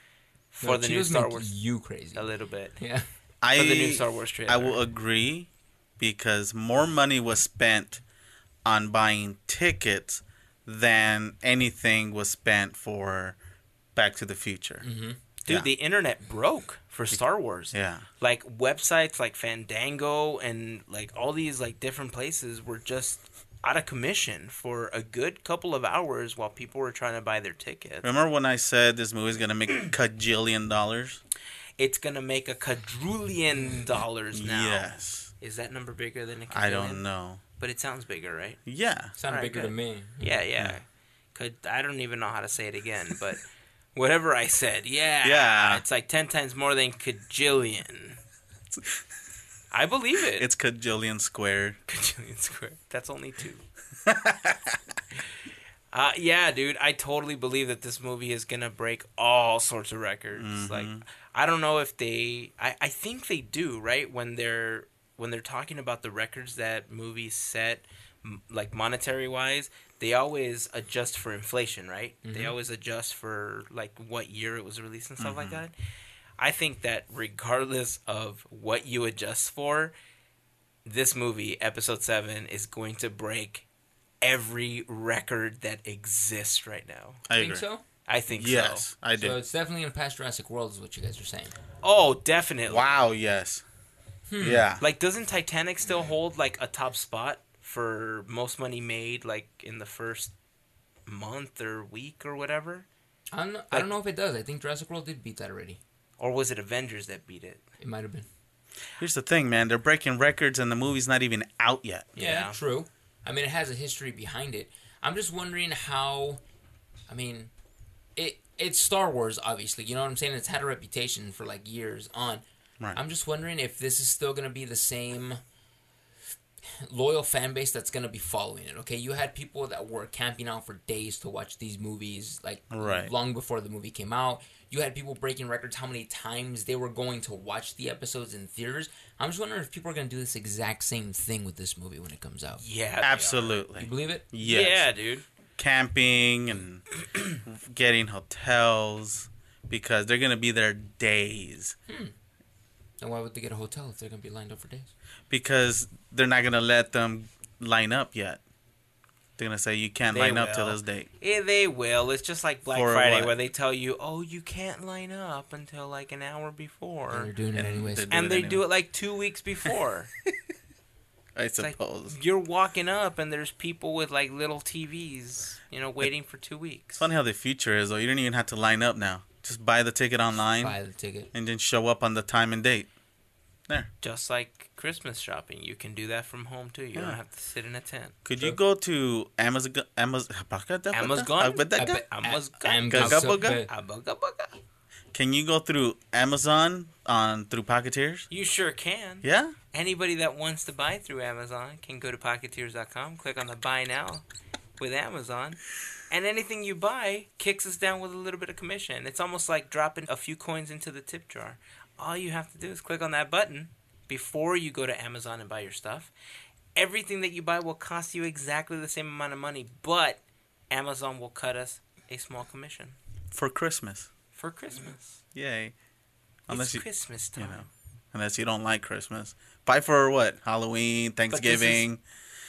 for
No,
the
Cheetos
new Star
make
Wars.
You crazy?
A little bit
Yeah.
I
for the new Star Wars trailer.
I will agree because more money was spent on buying tickets than anything was spent for Back to the Future.
Mm-hmm.
Dude,
Yeah.
the internet broke for Star Wars.
Yeah.
Like websites like Fandango and like all these like different places were just out of commission for a good couple of hours while people were trying to buy their tickets.
Remember when I said this movie's gonna make a cajillion dollars?
It's gonna make a quadrillion dollars now.
Yes.
Is that number bigger than a quadrillion?
I don't know.
But it sounds bigger, right?
Yeah.
Sounded
All right,
bigger
good.
to me.
Mm,
Yeah, yeah. Could I don't even know how to say it again, but whatever I said, yeah.
Yeah.
It's like ten times more than cajillion. I believe it.
It's cajillion squared.
Bajillion square. That's only two. uh, yeah, dude, I totally believe that this movie is gonna break all sorts of records. Like, I don't know if they. I, I think they do, right? When they're when they're talking about the records that movies set, m- like monetary wise, they always adjust for inflation, right? They always adjust for like what year it was released and stuff like that. I think that regardless of what you adjust for, this movie, episode seven, is going to break every record that exists right now.
I
Think
agree.
so?
I think
Yes,
so.
I
So
do.
it's definitely in past Jurassic World, is what you guys are saying.
Oh, definitely.
Wow, yes.
Hmm.
Yeah.
Like, doesn't Titanic still hold like a top spot for most money made, like in the first month or week or whatever?
I don't, know, I don't know if it does. I think Jurassic World did beat that already.
Or was it Avengers that beat it?
It might have been.
Here's the thing, man, they're breaking records and the movie's not even out yet.
Yeah,
Yeah.
true. I mean, it has a history behind it. I'm just wondering how. I mean, it it's Star Wars, obviously. You know what I'm saying? It's had a reputation for like years on.
Right.
I'm just wondering if this is still going to be the same loyal fan base that's going to be following it. Okay, you had people that were camping out for days to watch these movies, like
Right.
long before the movie came out. You had people breaking records how many times they were going to watch the episodes in theaters. I'm just wondering if people are going to do this exact same thing with this movie when it comes out.
Yeah. they are.
You
Absolutely.
believe it?
Yes.
Yeah, dude.
Camping and getting hotels because they're gonna be there days
And why would they get a hotel if they're going to be lined up for days?
because they're not gonna let them line up yet. They're gonna say you can't
They
line up till
will.
this date.
Yeah, they will. It's just like Black
For
Friday
what?
where they tell you, "Oh, you can't line up until like an hour
And they're
before."
doing it
And
anyways.
the-
And
it
they do
anyway.
it like 2 weeks before.
I
like-
suppose.
You're walking up and there's people with like little TVs, you know, waiting for 2 weeks.
It's funny how the future is though. You don't even have to line up now. Just buy the ticket online
Buy the ticket.
and then show up on the time and date.
Just like Christmas shopping, you can do that from home too. You
Yeah.
don't have to sit in a tent.
Could you go to Amazon? Amazon?
Amazon?
I bet-
I'm
I-
was-
I'm
Gaga
so
Buga?
good.
Ah, bugga, bugga.
Can you go through Amazon on through Pocketeers?
You sure can.
Yeah.
Anybody that wants to buy through Amazon can go to Pocketeers.com, click on the Buy Now with Amazon, and anything you buy kicks us down with a little bit of commission. It's almost like dropping a few coins into the tip jar. All you have to do is click on that button before you go to Amazon and buy your stuff. Everything that you buy will cost you exactly the same amount of money, but Amazon will cut us a small commission
For Christmas.
for Christmas.
Yay. Unless
it's
you,
Christmas time.
you know, unless you don't like Christmas. Buy for what? Halloween,
is
Thanksgiving,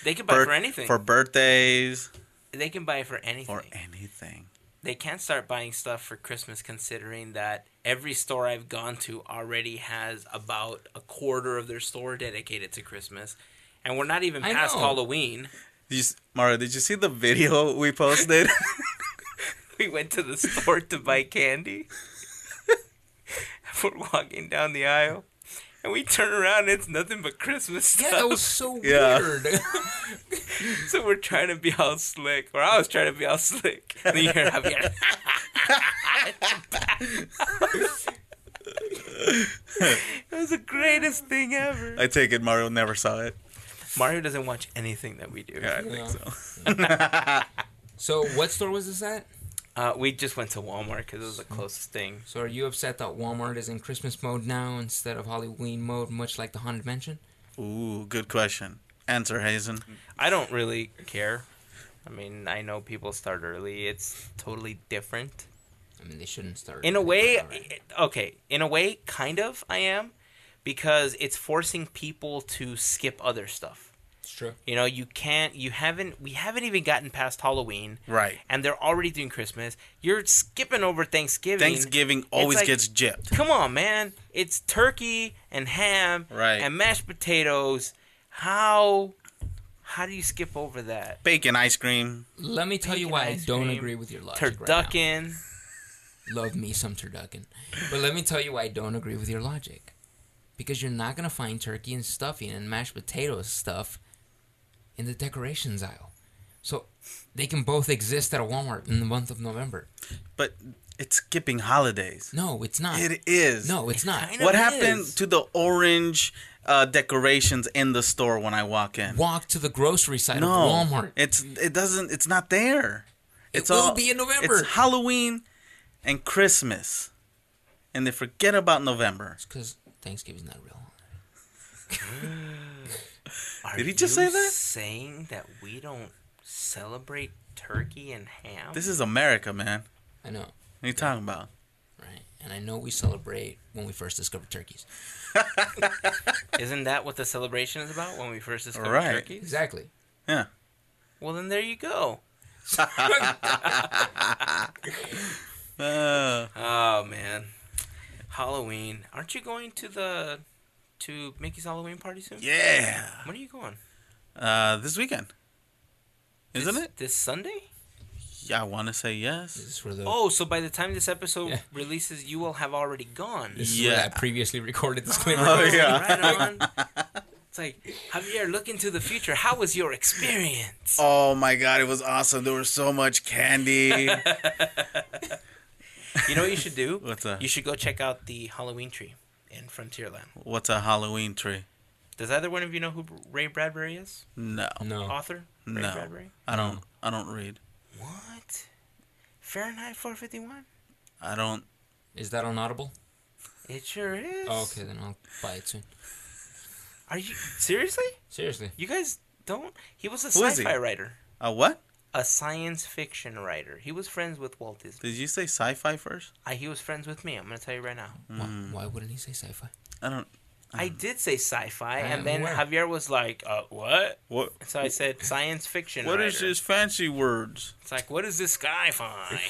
they can buy
birth-
for anything.
for birthdays,
they can buy for anything.
or anything.
they can start buying stuff for Christmas considering that every store I've gone to already has about a quarter of their store dedicated to Christmas. And we're not even
I
past
know.
Halloween.
Did you, s- Mario, did you see the video we posted?
We went to the store to buy candy. we're walking down the aisle. And we turn around and it's nothing but Christmas
Yeah,
stuff.
that was so
Yeah.
weird.
so we're trying to be all slick. Or I was trying to be all slick. And then you hear Javier, it was the greatest thing ever.
I take it Mario never saw it.
Mario doesn't watch anything that we do.
Yeah, I
Yeah.
think so.
so, what store was this at?
Uh, we just went to Walmart because it was the closest thing.
So, are you upset that Walmart is in Christmas mode now instead of Halloween mode, much like the Haunted Mansion?
Ooh, good question. Answer, Hazen.
I don't really care. I mean, I know people start early. It's totally different.
I mean, they shouldn't start.
In a way,
Alright.
okay, in a way, kind of, I am, because it's forcing people to skip other stuff.
it's true.
You know, you can't, you haven't, we haven't even gotten past Halloween.
Right.
And they're already doing Christmas. You're skipping over Thanksgiving.
Thanksgiving
It's
always
like-
gets gypped.
Come on, man. It's turkey and ham
Right.
and mashed potatoes. How how do you skip over that?
Bacon ice cream.
Let me tell you
Bacon
why I
ice
don't
cream,
agree with your logic. right now.
Turducken.
Love me some turducken, but let me tell you why I don't agree with your logic. Because you're not gonna find turkey and stuffing and mashed potatoes stuff in the decorations aisle. So they can both exist at a Walmart in the month of November.
But it's skipping holidays.
No, it's not.
It is.
No, it's not.
kind
What
It
happened
is.
to the orange uh, decorations in the store when I walk in?
Walk to the grocery side
No,
of Walmart.
It's it doesn't. It's not there.
It
It's
will be in November.
It's Halloween and Christmas, and they forget about November.
Because Thanksgiving's not real.
Are
Did he just
you
say that?
Saying that we don't celebrate turkey and ham.
This is America, man.
I know,
What are you talking about?
right? And I know we celebrate when we first discovered turkeys.
Isn't that what the celebration is about when we first discovered
Right.
turkeys?
Exactly.
Yeah.
Well, then there you go.
Uh,
Oh man, Halloween. Aren't you going to the to Mickey's Halloween party soon?
yeah.
When are you going?
Uh, this weekend, isn't
This-
it?
this Sunday?
Yeah, I want to say yes.
This is for the
Oh, so by the time this episode
Yeah.
releases, you will have already gone.
this is where
yeah.
that previously recorded disclaimer.
Oh,
goes.
yeah.
Right on. It's like, Javier, look into the future. How was your experience?
Oh my god, it was awesome. There was so much candy.
You know what you should do?
What's that?
You should go check out the Halloween tree in Frontierland.
What's a Halloween tree?
Does either one of you know who Ray Bradbury is?
No,
No.
Author? Ray
no,
Bradbury?
I don't. I don't read.
What? Fahrenheit 451?
I don't.
Is that on Audible?
It sure is.
Oh, okay, then I'll buy it soon.
Are you seriously?
Seriously.
You guys don't? He was a
Who is
sci-fi
he?
writer,
Uh, what
a science fiction writer. He was friends with Walt Disney.
did you say? Sci-fi first?
I, he was friends with me. I'm gonna tell you right now.
Why, why wouldn't he say sci-fi?
I don't.
I did say sci-fi, and
am
then
aware.
Javier was like, uh, "What?"
What?
So I said, "Science fiction."
What is
writer."
this fancy words?
It's like, what is this sci-fi?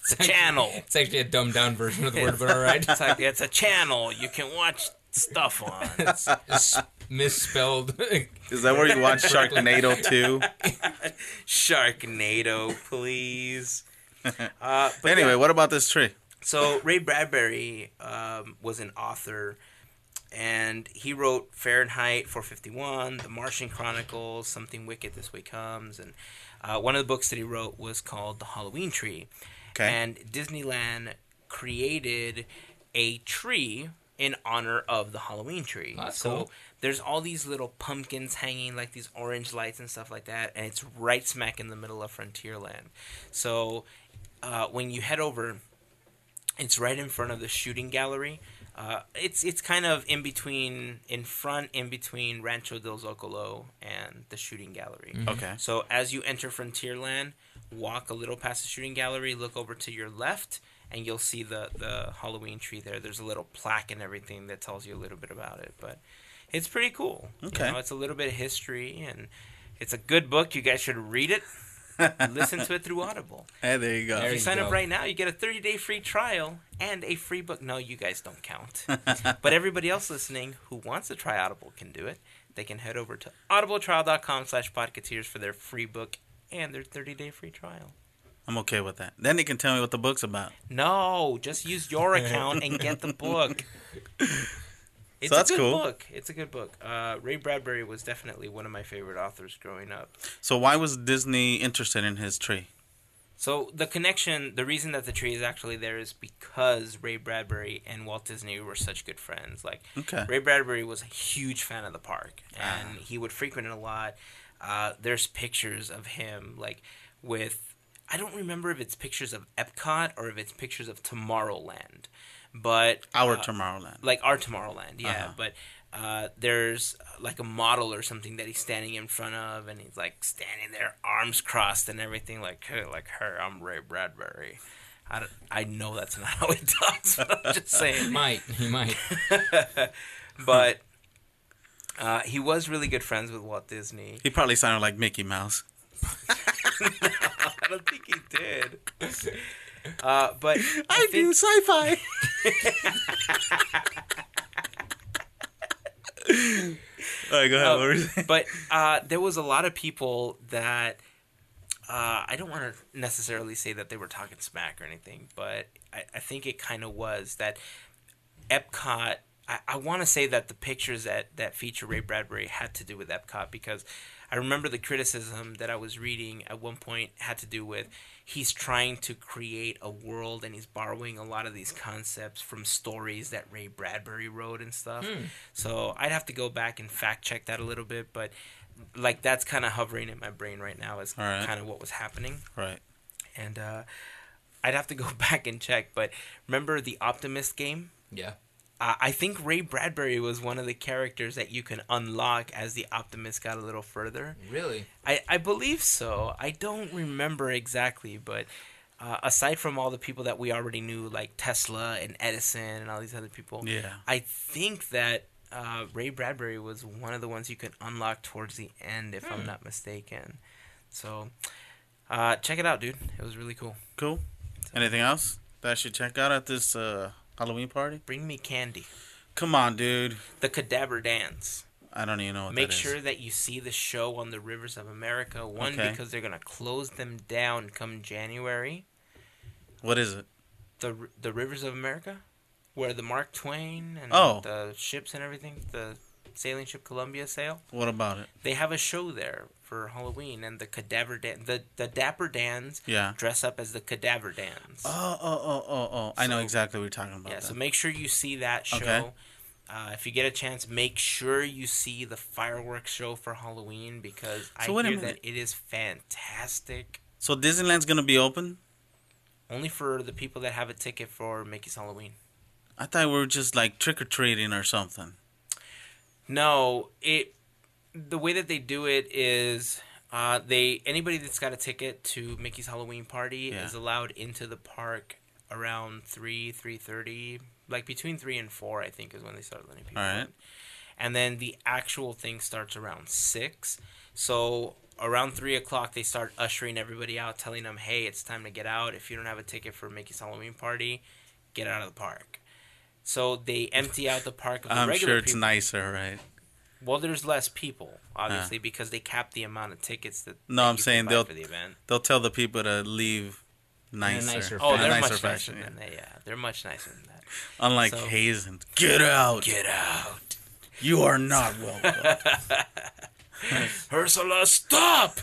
It's a channel.
It's actually a dumbed down version of the word, but all right.
It's like it's a channel you can watch stuff on.
It's, it's misspelled.
Is that where you watch Sharknado too?
Sharknado, please. Uh, but
Anyway,
yeah.
what about this tree?
So Ray Bradbury um, was an author, and he wrote Fahrenheit 451, The Martian Chronicles, Something Wicked This Way Comes, and uh, one of the books that he wrote was called The Halloween Tree.
Okay.
And Disneyland created a tree in honor of the Halloween tree.
That's
so
cool.
there's all these little pumpkins hanging, like these orange lights and stuff like that, and it's right smack in the middle of Frontierland. So uh, when you head over, it's right in front of the shooting gallery. Uh, it's it's kind of in between, in front, in between Rancho del Zocolo and the shooting gallery.
Mm-hmm. Okay.
So as you enter Frontierland, walk a little past the shooting gallery, look over to your left, and you'll see the the Halloween tree there. There's a little plaque and everything that tells you a little bit about it, but it's pretty cool. You
Okay.
know, it's a little bit of history, and it's a good book. You guys should read it. Listen to it through Audible.
Hey, there you go.
There
If you
you
sign up
go.
right now, you get a 30 day free trial and a free book. No, you guys don't count. but everybody else listening who wants to try Audible can do it. They can head over to audibletrial.com slash podcateers for their free book and their 30 day free trial.
I'm okay with that. Then they can tell me what the book's about.
No, just use your account and get the book. It's
that's
a good
cool.
book. It's a good book. Uh, Ray Bradbury was definitely one of my favorite authors growing up.
So why was Disney interested in his tree?
So the connection, the reason that the tree is actually there is because Ray Bradbury and Walt Disney were such good friends. Like
Okay.
Ray Bradbury was a huge fan of the park, and he would frequent it a lot. Uh, there's pictures of him like with I don't remember if it's pictures of Epcot or if it's pictures of Tomorrowland, but
Our
uh,
Tomorrowland.
like our Tomorrowland, yeah.
Uh-huh.
But uh, there's uh, like a model or something that he's standing in front of, and he's like standing there, arms crossed, and everything like, hey, like, hey, I'm Ray Bradbury. I, don't- I know that's not how he talks, but I'm just saying.
might he might?
But uh, he was really good friends with Walt Disney.
He probably sounded like Mickey Mouse.
I don't think he did. Uh, but I think-
sci-fi. All right, go ahead.
Uh,
what were you saying?
but uh, there was a lot of people that uh, I don't want to necessarily say that they were talking smack or anything, but I, I think it kind of was that Epcot. I, I want to say that the pictures that, that feature Ray Bradbury had to do with Epcot because I remember the criticism that I was reading at one point had to do with he's trying to create a world and he's borrowing a lot of these concepts from stories that Ray Bradbury wrote and stuff. So I'd have to go back and fact check that a little bit, but like that's kind of hovering in my brain right now is
All right.
kind of what was happening
right.
and uh, I'd have to go back and check. But remember the Optimist game?
Yeah.
Uh, I think Ray Bradbury was one of the characters that you can unlock as the Optimist got a little further.
Really?
I, I believe so. I don't remember exactly, but uh, aside from all the people that we already knew, like Tesla and Edison and all these other people,
Yeah.
I think that uh, Ray Bradbury was one of the ones you could unlock towards the end, if I'm not mistaken. So uh, check it out, dude. It was really cool.
Cool. Anything else that I should check out at this uh, Halloween party?
Bring me candy.
Come on, dude.
The Cadaver Dance.
I don't even know what
Make
that is.
sure that you see the show on the Rivers of America. One,
Okay.
because they're going to close them down come January.
What is it?
The, r- the Rivers of America? Where the Mark Twain and
Oh.
the ships and everything, the sailing ship Columbia sail.
What about it?
They have a show there for Halloween, and the cadaver dan- the the Dapper Dans
Yeah.
dress up as the cadaver Dans.
Oh, oh, oh, oh, oh. I know
So-
exactly what you're talking about.
yeah, so
then.
make sure you see that show.
Okay.
Uh, if you get a chance, make sure you see the fireworks show for Halloween because
So
I
wait a
hear that
minute.
it is fantastic.
So Disneyland's gonna be open.
Only for the people that have a ticket for Mickey's Halloween.
I thought we were just like trick or treating or something.
No, it the way that they do it is uh, they anybody that's got a ticket to Mickey's Halloween party
Yeah.
is allowed into the park around three three thirty, like between three and four, I think is when they start letting people.
All right.
in. And then the actual thing starts around six. So around three o'clock, they start ushering everybody out, telling them, "Hey, it's time to get out. If you don't have a ticket for Mickey's Halloween party, get out of the park." So they empty out the park of the
I'm
regular
sure it's
people.
nicer, right?
Well, there's less people, obviously, because they cap the amount of tickets that.
No,
that
I'm
you can
saying
buy
they'll-
for the event.
They'll tell the people to leave nicer.
nicer
Oh,
In a
they're
nicer
much nicer
fashion,
than that. Yeah, they're much nicer than that.
Unlike
So-
Hazen, get out.
Get out,
You are not welcome.
Ursula! Stop.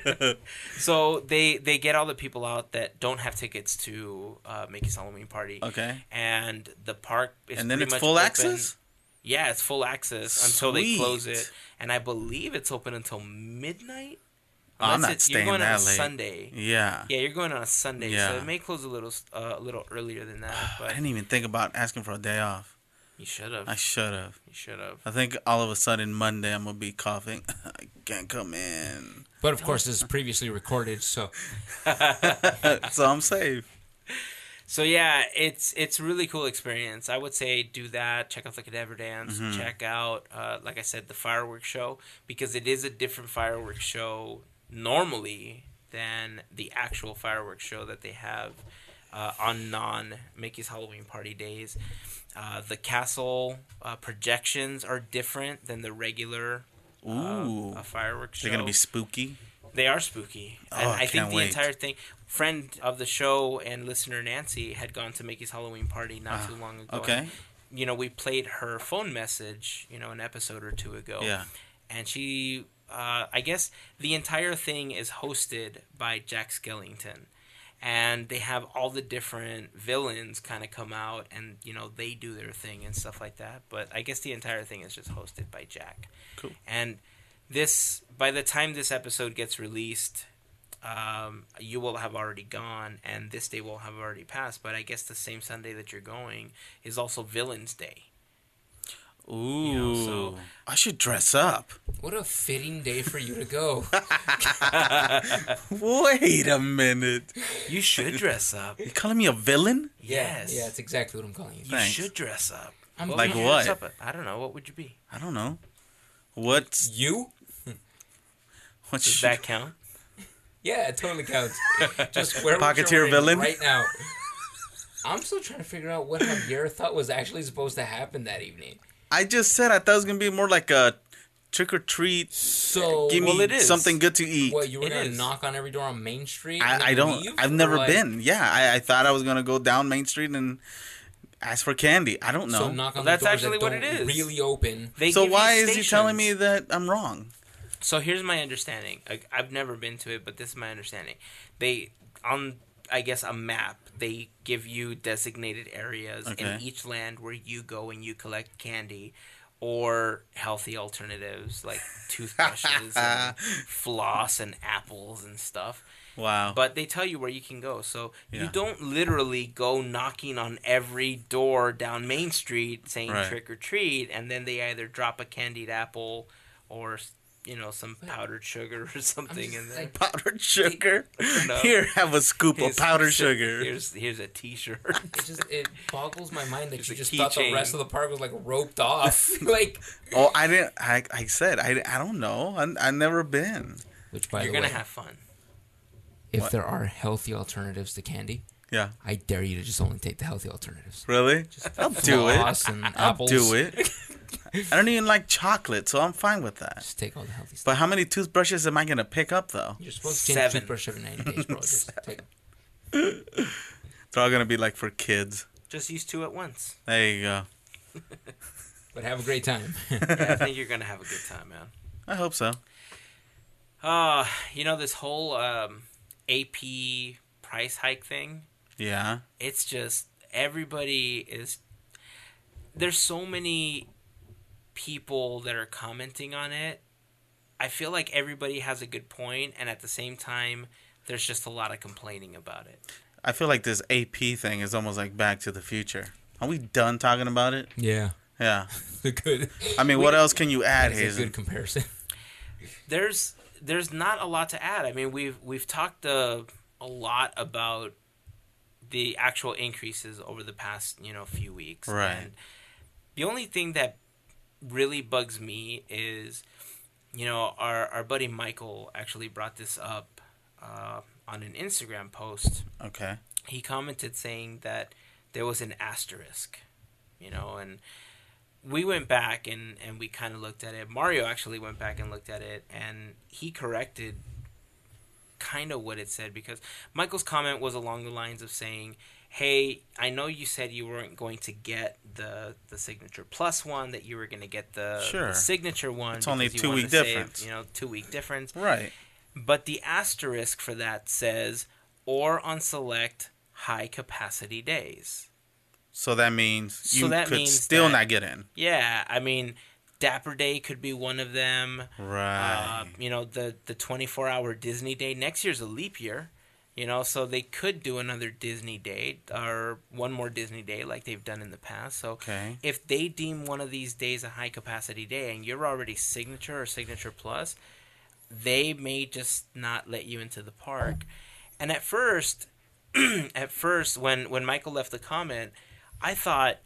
so they they get all the people out that don't have tickets to uh, Mickey's Halloween party.
okay.
And the park is
And then
pretty
it's
much
full
open-
access.
Yeah, it's full access until they close
Sweet.
it, and I believe it's open until midnight.
Oh, I'm
Unless
not
it's-
staying
you're going
that
on
late.
Sunday.
Yeah.
Yeah, you're going on a Sunday, so
Yeah.
it may close a little uh, a little earlier than that.
I
But
didn't even think about asking for a day off.
you should have.
I should have.
You should have.
I think all of a sudden Monday I'm gonna be coughing. I can't come in,
But of course, this is previously recorded, so
so I'm safe.
So yeah, it's it's really cool experience. I would say do that. Check out the Cadaver Dance.
Mm-hmm.
Check out, uh, like I said, the fireworks show because it is a different fireworks show normally than the actual fireworks show that they have uh, on non Mickey's Halloween party days. Uh, the castle uh, projections are different than the regular uh,
Ooh,
a fireworks show.
they're gonna be spooky.
They are spooky. and
Oh,
I,
I
think
can't
the
wait.
entire thing. Friend of the show and listener Nancy had gone to Mickey's Halloween party not too long ago.
Ah, Okay.
And, you know, we played her phone message, you know, an episode or two ago.
Yeah.
And she, uh, I guess the entire thing is hosted by Jack Skellington. And they have all the different villains kind of come out and, you know, they do their thing and stuff like that. But I guess the entire thing is just hosted by Jack.
Cool.
And this, by the time this episode gets released, um, you will have already gone and this day will have already passed. But I guess the same Sunday that you're going is also Villains Day.
Ooh,
know, so-
I should dress up.
what a fitting day for you to go.
Wait a minute.
You should dress up.
You calling me a villain?
Yes.
Yeah, that's exactly what I'm calling you.
You
Thanks.
should dress up.
I'm
would
Like
you
what?
dress up as? I don't know. What would you be?
I don't know. What's
You?
what
Does
should
that count?
Yeah, it totally counts. Just where
Pocketeer villain?
right now. I'm still trying to figure out what Javier thought was actually supposed to happen that evening.
I just said I thought it was gonna be more like a trick or treat.
So
Give me
Well, it is.
something good to eat.
What you were
It
gonna
is.
knock on every door on Main Street? and
I, I
then
don't.
leave?
I've
Or,
never
like,
been. Yeah, I, I thought I was gonna go down Main Street and ask for candy. I don't know.
So knock
Well,
on
that's
the doors
actually
that
what it
don't
is.
Really open.
They
so
give you
why is he telling me
stations.
that I'm wrong?
So here's my understanding. I, I've never been to it, but this is my understanding. They on I guess a map. They give you designated areas in
Okay.
each land where you go and you collect candy or healthy alternatives like toothbrushes and floss and apples and stuff.
Wow.
but they tell you where you can go. So you
Yeah.
don't literally go knocking on every door down Main Street saying
Right.
trick or treat, and then they either drop a candied apple or you know some powdered sugar or something
just
in there.
like-
powdered sugar.
No.
Here, have a scoop
Here's-
of powdered sugar.
Here's here's a T-shirt.
It just it boggles my mind that
It's
you
a
just thought the
keychain.
rest of the park was like roped off. like
Oh, I didn't. I, I said I, I don't know. I I've never been.
Which by
You're
the way,
gonna have fun.
if
What?
there are healthy alternatives to candy,
Yeah.
I dare you to just only take the healthy alternatives.
Really? I'll do it.
Floss and
I'll
apples.
do it. I don't even like chocolate, so I'm fine with that.
Just take all the healthy stuff.
But how many toothbrushes am I gonna pick up though?
You're supposed to change
Seven.
toothbrush every 90 days, bro. Just take
They're all gonna be like for kids.
Just use two at once.
There you go.
But have a great time.
Yeah, I think you're gonna have a good time, man.
I hope so.
Uh, you know this whole um, AP price hike thing.
Yeah.
It's just everybody is. There's so many people that are commenting on it. I feel like everybody has a good point, and at the same time, there's just a lot of complaining about it.
I feel like this AP thing is almost like Back to the Future. Are we done talking about it?
yeah,
Yeah.
the good.
I mean, what else can you add,
It's a
Hazen?
good comparison.
there's there's not a lot to add. I mean, we've we've talked uh, a lot about the actual increases over the past you know few weeks.
Right.
the only thing that really bugs me is, you know, our our buddy Michael actually brought this up uh, on an Instagram post.
Okay.
He commented saying that there was an asterisk, you know, and we went back and, and we kind of looked at it. Mario actually went back and looked at it, and he corrected kind of what it said because Michael's comment was along the lines of saying, "Hey, I know you said you weren't going to get the the signature plus one, that you were going to get the, the
Sure.
signature one.
It's only
because you
two
wanted
week
to save,
difference.
you know, two week difference."
Right.
But the asterisk for that says, "Or on select high capacity days."
So that means you
So that
could
means
still
that-
not get in.
Yeah, I mean, Dapper Day could be one of them. Uh,
Right.
you know, the the 24 hour Disney Day next year's a leap year. You know, so they could do another Disney Day or one more Disney Day like they've done in the past. So
Okay.
if they deem one of these days a high capacity day and you're already signature or signature plus, they may just not let you into the park. And at first, at first when when Michael left the comment, I thought,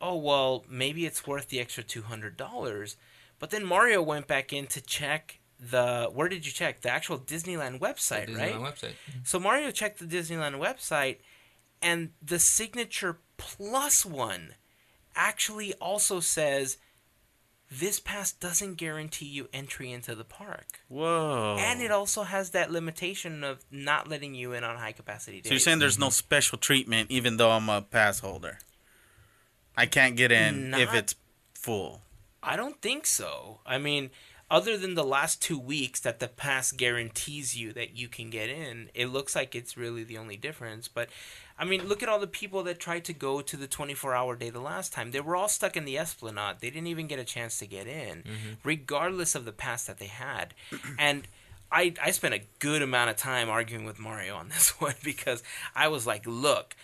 "Oh, well, maybe it's worth the extra $200." But then Mario went back in to check the where did you check? The actual Disneyland website,
Disney
right?
on the website.
So Mario checked the Disneyland website, and the signature plus one actually also says this pass doesn't guarantee you entry into the park,
Whoa.
and it also has that limitation of not letting you in on high capacity days.
so you're saying there's no special treatment, even though I'm a pass holder. I can't get in if
Not-
it's full.
I don't think so. I mean, other than the last two weeks that the pass guarantees you that you can get in, it looks like it's really the only difference. But I mean, look at all the people that tried to go to the 24 hour day the last time. They were all stuck in the esplanade. They didn't even get a chance to get in, regardless of the pass that they had. and I, I spent a good amount of time arguing with Mario on this one because I was like, look,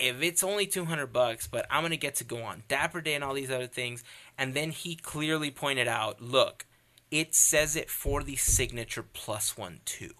if it's only 200 bucks but i'm gonna get to go on dapper day and all these other things and then he clearly pointed out look it says it for the signature plus one too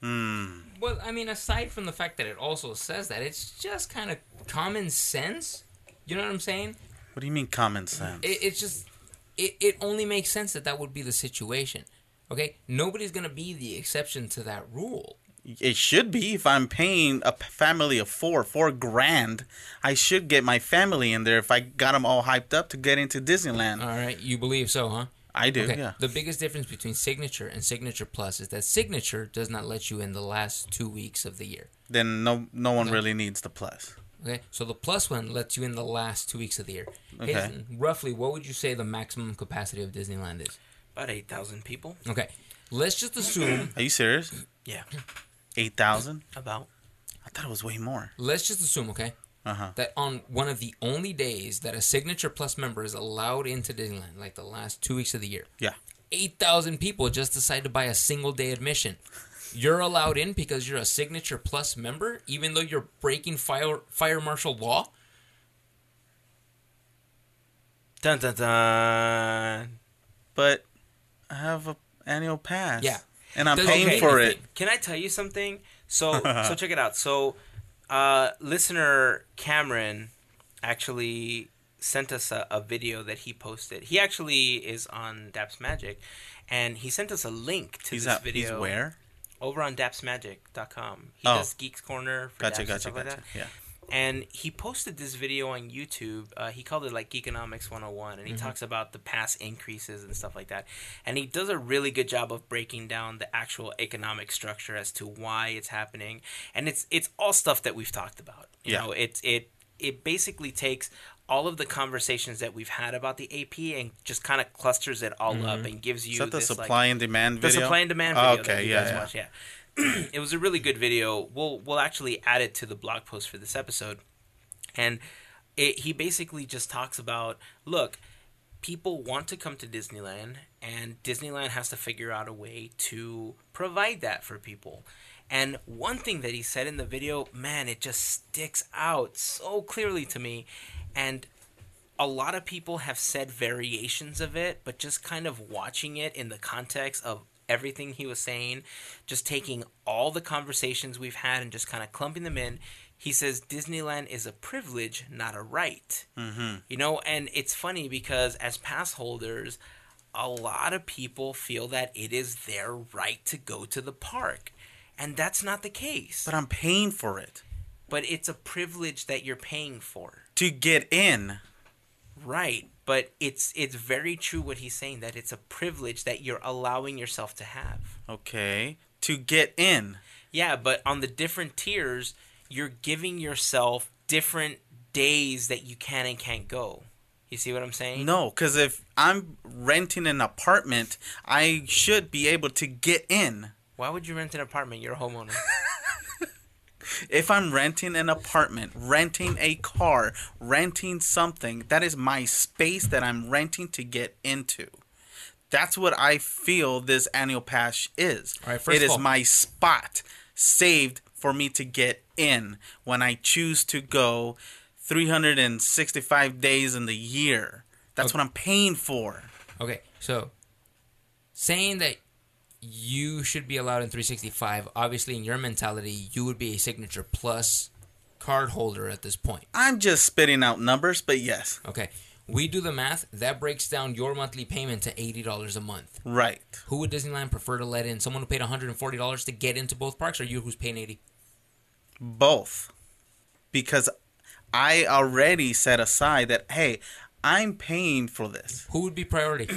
Well, I mean, aside from the fact that it also says that, it's just kind of common sense. You know what I'm saying?
What do you mean common sense?
It, it's just, it, it only makes sense that that would be the situation. Okay? Nobody's going to be the exception to that rule.
It should be if I'm paying a p- family of four, four grand. I should get my family in there if I got them all hyped up to get into Disneyland.
Uh,
All right? You believe so, huh?
I do,
Okay.
yeah.
The biggest difference between signature and signature plus is that signature does not let you in the last two weeks of the year.
Then no, no one really needs the plus.
Okay, so the plus one lets you in the last two weeks of the year.
Okay.
Hazen, roughly, what would you say the maximum capacity of Disneyland is?
about 8000 people
Okay, let's just assume.
Are you serious?
yeah
Eight thousand?
about
I thought it was way more.
let's just assume, okay,
Uh huh.
that on one of the only days that a signature plus member is allowed into Disneyland, like the last two weeks of the year,
Yeah.
eight thousand people just decide to buy a single day admission. You're allowed in because you're a signature plus member, even though you're breaking fire fire marshal law.
dun dun dun
But I have a annual pass.
Yeah.
And I'm
Does-
paying
okay.
for it.
can i tell you something so so check it out so uh listener cameron actually sent us a, a video that he posted he actually is on daps magic and he sent us a link to
He's
this
at.
video
He's where?
over on dapsmagic.com. He
Oh.
does Geeks Corner for
Gotcha,
Daps and
gotcha,
stuff like
gotcha.
that.
Yeah.
And he posted this video on YouTube. Uh, he called it like Geekonomics 101, and he
Mm-hmm.
talks about the past increases and stuff like that. And he does a really good job of breaking down the actual economic structure as to why it's happening. And it's it's all stuff that we've talked about. You
Yeah.
know, it's it it basically takes all of the conversations that we've had about the AP and just kind of clusters it all up and gives you
Is that Mm-hmm. the
this, like-
supply and demand video?
the supply and demand
Oh,
video. okay,
okay,
that you
yeah,
guys
yeah.
watched, yeah. it was a really good video. We'll we'll actually add it to the blog post for this episode, and it, he basically just talks about look, people want to come to Disneyland, and Disneyland has to figure out a way to provide that for people. And one thing that he said in the video, man, it just sticks out so clearly to me, and a lot of people have said variations of it, but just kind of watching it in the context of everything he was saying, just taking all the conversations we've had and just kind of clumping them in. He says Disneyland is a privilege, not a right. Mm-hmm. You know, and it's funny because as pass holders, a lot of people feel that it is their right to go to the park. And that's not the case.
But I'm paying for it
But it's a privilege that you're paying for.
to get in.
Right, but it's it's very true what he's saying that it's a privilege that you're allowing yourself to have.
Okay, to get in.
Yeah, but on the different tiers, you're giving yourself different days that you can and can't go. You see what I'm saying?
No, because if I'm renting an apartment, I should be able to get in.
Why would you rent an apartment? You're a homeowner.
If I'm renting an apartment, renting a car, renting something, that is my space that I'm renting to get into. That's what I feel this annual pass is.
All right, first
It
of
is
all-
my spot saved for me to get in when I choose to go 365 days in the year. That's what I'm paying for.
Okay, so saying that you should be allowed in 365, obviously in your mentality, you would be a signature plus card holder at this point.
I'm just spitting out numbers, but yes,
Okay, we do the math. That breaks down your monthly payment to eighty dollars a month.
right.
Who would Disneyland prefer to let in? Someone who paid one hundred and forty dollars to get into both parks, or you who's paying eighty?
both because I already set aside that hey, I'm paying for this.
Who would be priority?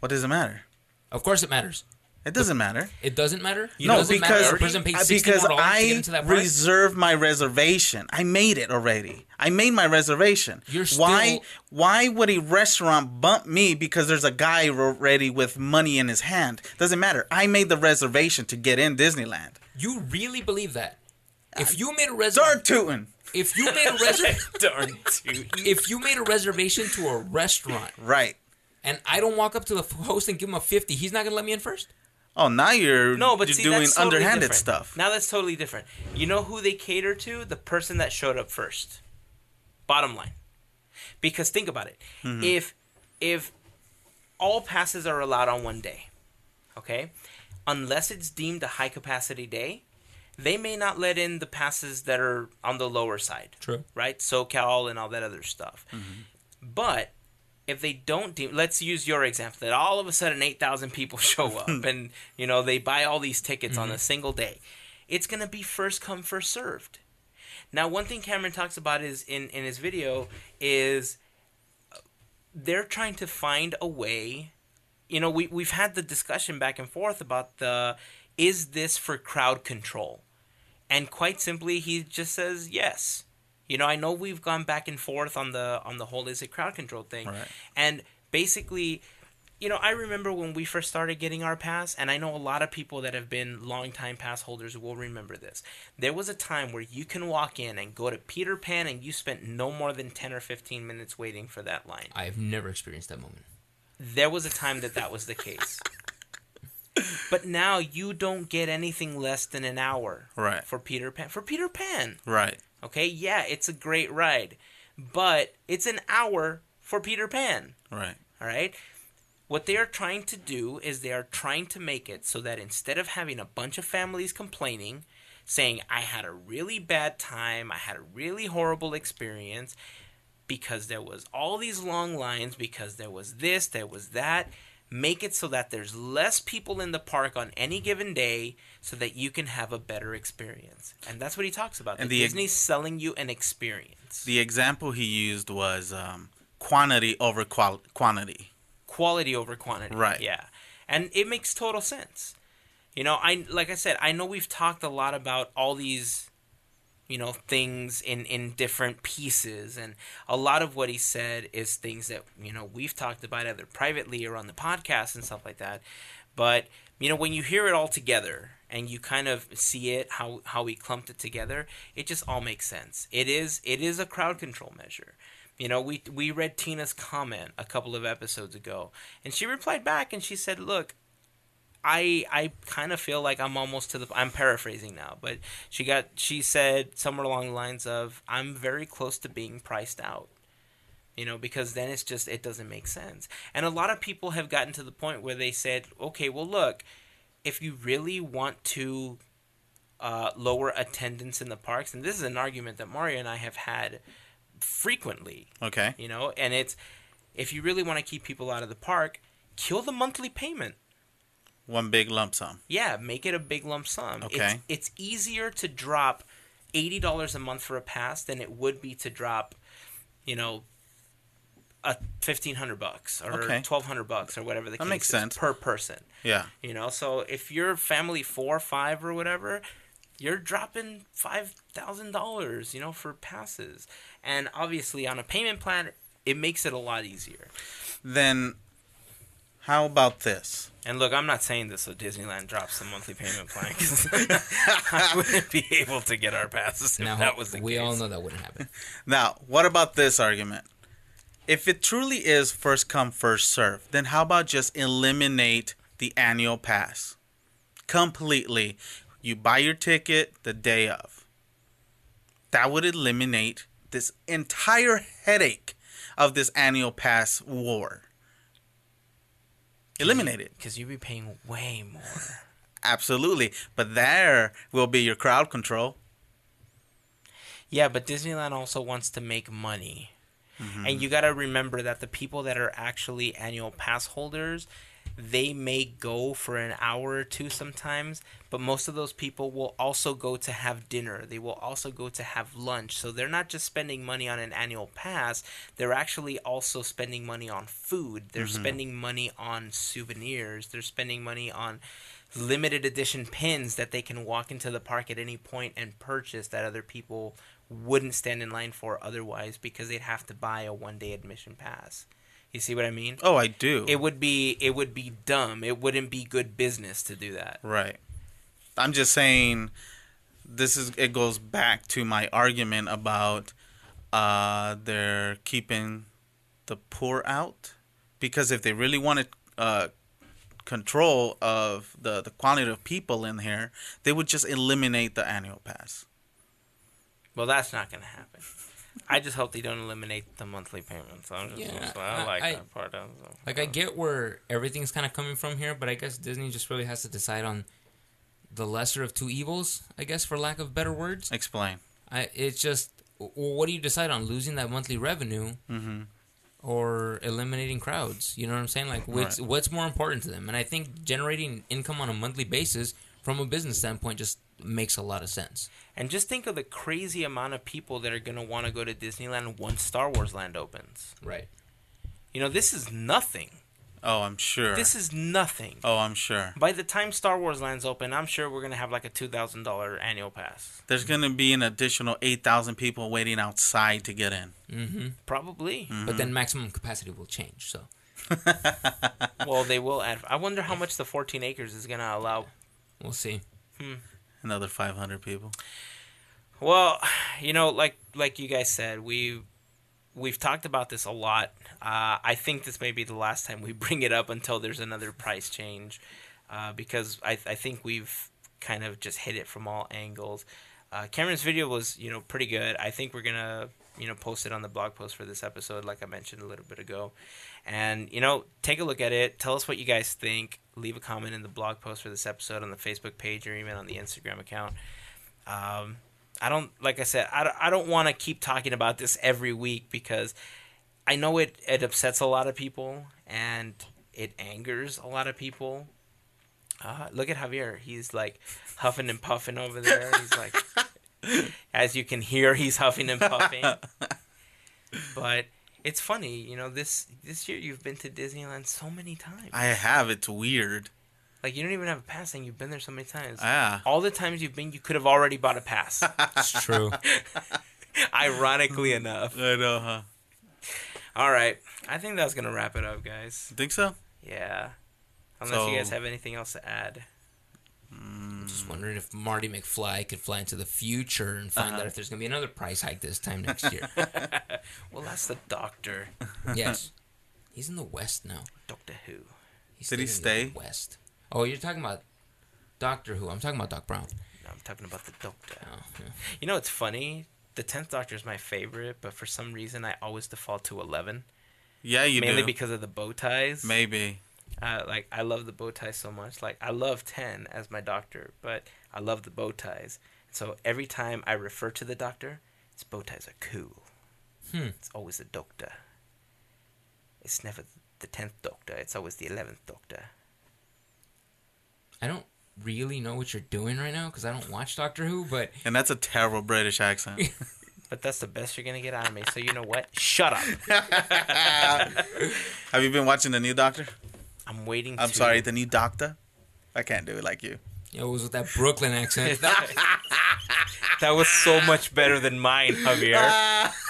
What does it matter?
of course, it matters.
It doesn't matter.
It doesn't matter. It
no,
doesn't matter
because
if a person paid
I-
$60
because
to get
I
into that park.
reserve my reservation. I made it already. I made my reservation.
You're
why
still-
why would a restaurant bump me because there's a guy already with money in his hand? Doesn't matter. I made the reservation to get in Disneyland.
You really believe that? If you made a reservation,
Darn tootin'.
if you made a reservation,
Darn dude.
if you made a reservation to a restaurant
Right.
and I don't walk up to the f- host and give him a 50, he's not going to let me in first?
Oh, now you're
No, but
you're
see,
doing
that's totally
underhanded
different.
stuff.
Now that's totally different. You know who they cater to? The person that showed up first. Bottom line. Because think about it.
Mm-hmm.
If if all passes are allowed on one day, okay? Unless it's deemed a high capacity day, they may not let in the passes that are on the lower side.
True.
Right? SoCal and all that other stuff. But if they don't deem, let's use your example that all of a sudden 8,000 people show up and, you know, they buy all these tickets on a single day, it's going to be first come, first served. Now, one thing Cameron talks about is in, in his video is they're trying to find a way. You know, we, we've had the discussion back and forth about the is this for crowd control? And quite simply, he just says yes. You know, I know we've gone back and forth on the on the whole is it crowd control thing.
Right.
And basically, you know, I remember when we first started getting our pass, and I know a lot of people that have been longtime pass holders will remember this. There was a time where you can walk in and go to Peter Pan and you spent no more than 10 or 15 minutes waiting for that line
I have never experienced that moment.
there was a time that that was the case. but now you don't get anything less than an hour
Right.
for Peter Pan. For Peter Pan,
Right.
okay? Yeah, it's a great ride, but it's an hour for Peter Pan.
Right.
All right. What they are trying to do is they are trying to make it so that instead of having a bunch of families complaining, saying, I had a really bad time, I had a really horrible experience, because there was all these long lines, because there was this, there was that, make it so that there's less people in the park on any given day so that you can have a better experience. And that's what he talks about.
And
that
the-
Disney's selling you an experience.
the example he used was um, quantity over qual- quantity.
quality over quantity.
Right.
Yeah. And it makes total sense. You know, I like I said, I know we've talked a lot about all these you know things in in different pieces and a lot of what he said is things that you know we've talked about either privately or on the podcast and stuff like that but you know when you hear it all together and you kind of see it how how we clumped it together it just all makes sense it is it is a crowd control measure you know we we read tina's comment a couple of episodes ago and she replied back and she said look I I kind of feel like I'm almost to the I'm paraphrasing now, but she got she said somewhere along the lines of I'm very close to being priced out. You know, because then it's just it doesn't make sense. And a lot of people have gotten to the point where they said, "Okay, well look, if you really want to uh, lower attendance in the parks, and this is an argument that Mario and I have had frequently,
Okay.
you know, and it's if you really want to keep people out of the park, kill the monthly payment.
One big lump sum.
Yeah, make it a big lump sum.
Okay.
It's, it's easier to drop eighty dollars a month for a pass than it would be to drop, you know, a fifteen hundred bucks or
Okay.
twelve hundred bucks or whatever the
That
case
makes
is
sense.
per person.
Yeah.
You know, so if you're family four, five, or whatever, you're dropping five thousand dollars, you know, for passes, and obviously on a payment plan, it makes it a lot easier.
Then, how about this?
And look, I'm not saying this so Disneyland drops the monthly payment plan because I wouldn't be able to get our passes if
Now
that was the
we
case.
all know that wouldn't happen.
Now, what about this argument? If it truly is first come, first serve, then how about just eliminate the annual pass completely? You buy your ticket the day of. That would eliminate this entire headache of this annual pass war. Eliminate it.
because you'd be paying way more.
Absolutely. But there will be your crowd control.
Yeah, but Disneyland also wants to make money, and you got to remember that the people that are actually annual pass holders, they may go for an hour or two sometimes, but most of those people will also go to have dinner. They will also go to have lunch. So they're not just spending money on an annual pass; they're actually also spending money on food. They're spending money on souvenirs. They're spending money on limited edition pins that they can walk into the park at any point and purchase that other people wouldn't stand in line for otherwise because they'd have to buy a one day admission pass. You see what I mean?
Oh, I do.
It would be it would be dumb. It wouldn't be good business to do that.
Right. I'm just saying this is it goes back to my argument about uh they're keeping the poor out because if they really wanted uh control of the the quantity of people in here, they would just eliminate the annual pass.
Well, that's not going to happen. I just hope they don't eliminate the monthly payments. I'm just
Yeah,
so I,
I-
like
I-
that part. of it.
Like I get where everything's kind of coming from here, but I guess Disney just really has to decide on the lesser of two evils, I guess, for lack of better words.
Explain.
I it's just w- what do you decide on losing that monthly revenue or eliminating crowds? You know what I'm saying? Like what's
Right.
what's more important to them? And I think generating income on a monthly basis from a business standpoint just makes a lot of sense.
And just think of the crazy amount of people that are going to want to go to Disneyland once Star Wars Land opens.
Right.
You know, this is nothing.
Oh, I'm sure.
This is nothing.
oh, I'm sure.
By the time Star Wars lands open, I'm sure we're gonna have like a two thousand dollar annual pass.
There's going to be an additional 8,000 people waiting outside to get in.
Probably.
Mm-hmm. But then maximum capacity will change. So
Well, they will add. I wonder how much the fourteen acres is gonna allow.
we'll see.
Another 500 people.
Well, you know, like like you guys said, we we've talked about this a lot. Uh, I think this may be the last time we bring it up until there's another price change, uh, because I I think we've kind of just hit it from all angles. Uh, Cameron's video was you know pretty good. I think we're gonna you know post it on the blog post for this episode, like I mentioned a little bit ago, and you know take a look at it. Tell us what you guys think. Leave a comment in the blog post for this episode on the Facebook page or even on the Instagram account. Um, I don't like I said I, don't- I don't want to keep talking about this every week because I know it it upsets a lot of people and it angers a lot of people. Uh, look at Javier. He's like huffing and puffing over there. He's like, as you can hear, he's huffing and puffing. But it's funny, you know. This this year you've been to Disneyland so many times.
I have. It's weird.
Like you don't even have a pass, and you've been there so many times.
Ah.
All the times you've been, you could have already bought a pass.
It's true.
Ironically enough.
I know, huh?
All right, I think that's gonna wrap it up, guys.
Think so?
Yeah. Unless you
So-
guys have anything else to add.
Just wondering if Marty McFly could fly into the future and find out if there's going to be another price hike this time next year.
Well, that's the Doctor,
yes. He's in the West now.
Doctor Who.
He's
Did he
staying in
stay?
the West. Oh, you're talking about Doctor Who. I'm talking about Doc Brown.
No, I'm talking about the Doctor.
Oh, yeah.
You know, it's funny. The Tenth Doctor is my favorite, but for some reason, I always default to Eleven,
Yeah, you
mainly
do.
because of the bow ties.
Maybe.
uh, like I love the bow ties so much. Like I love ten as my doctor, but I love the bow ties. So every time I refer to the doctor, his bow ties are cool.
Hmm.
It's always the doctor. It's never the tenth doctor. It's always the eleventh doctor.
I don't really know what you're doing right now because I don't watch Doctor Who, but
And that's a terrible British accent.
But that's the best you're gonna get out of me. So you know what? Shut up.
Have you been watching The New Doctor?
I'm waiting.
I'm
to-
sorry, The New Doctor? I can't do it like you.
it was with that Brooklyn accent.
That was so much better than mine, Javier.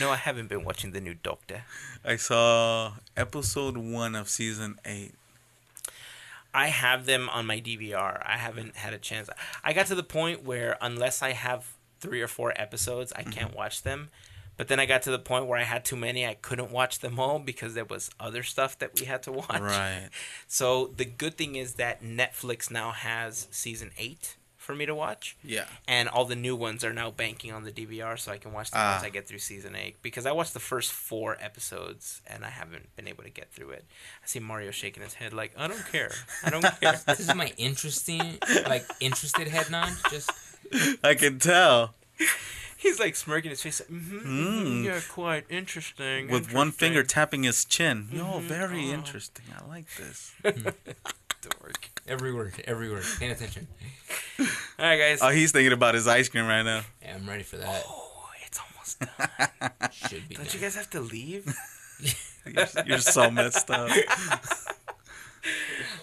no, I haven't been watching the new Doctor.
I saw episode one of season eight.
I have them on my DVR. I haven't had a chance. I got to the point where unless I have three or four episodes, I
Mm-hmm.
can't watch them. But then I got to the point where I had too many. I couldn't watch them all because there was other stuff that we had to watch.
Right.
So the good thing is that Netflix now has season eight for me to watch.
Yeah.
And all the new ones are now banking on the DVR, so I can watch them
Ah.
once I get through season eight. Because I watched the first four episodes and I haven't been able to get through it. I see Mario shaking his head like, I don't care. I don't care.
this is my interesting, like interested head nod. Just
I can tell.
He's like smirking his face. Mm-hmm, mm. You're quite interesting.
With one
interesting."
finger tapping his chin. Yo, very
Oh.
interesting. I like this.
Dork.
every word, every word. Paying attention.
All right, guys.
Oh, he's thinking about his ice cream right now.
Yeah, I'm ready for that.
oh, it's almost done.
Should be.
Don't you
done.
guys have to leave?
You're, you're so messed up.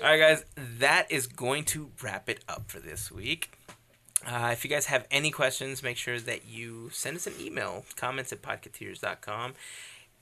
All right, guys, that is going to wrap it up for this week. Uh, if you guys have any questions, make sure that you send us an email, comments at podcateers.com.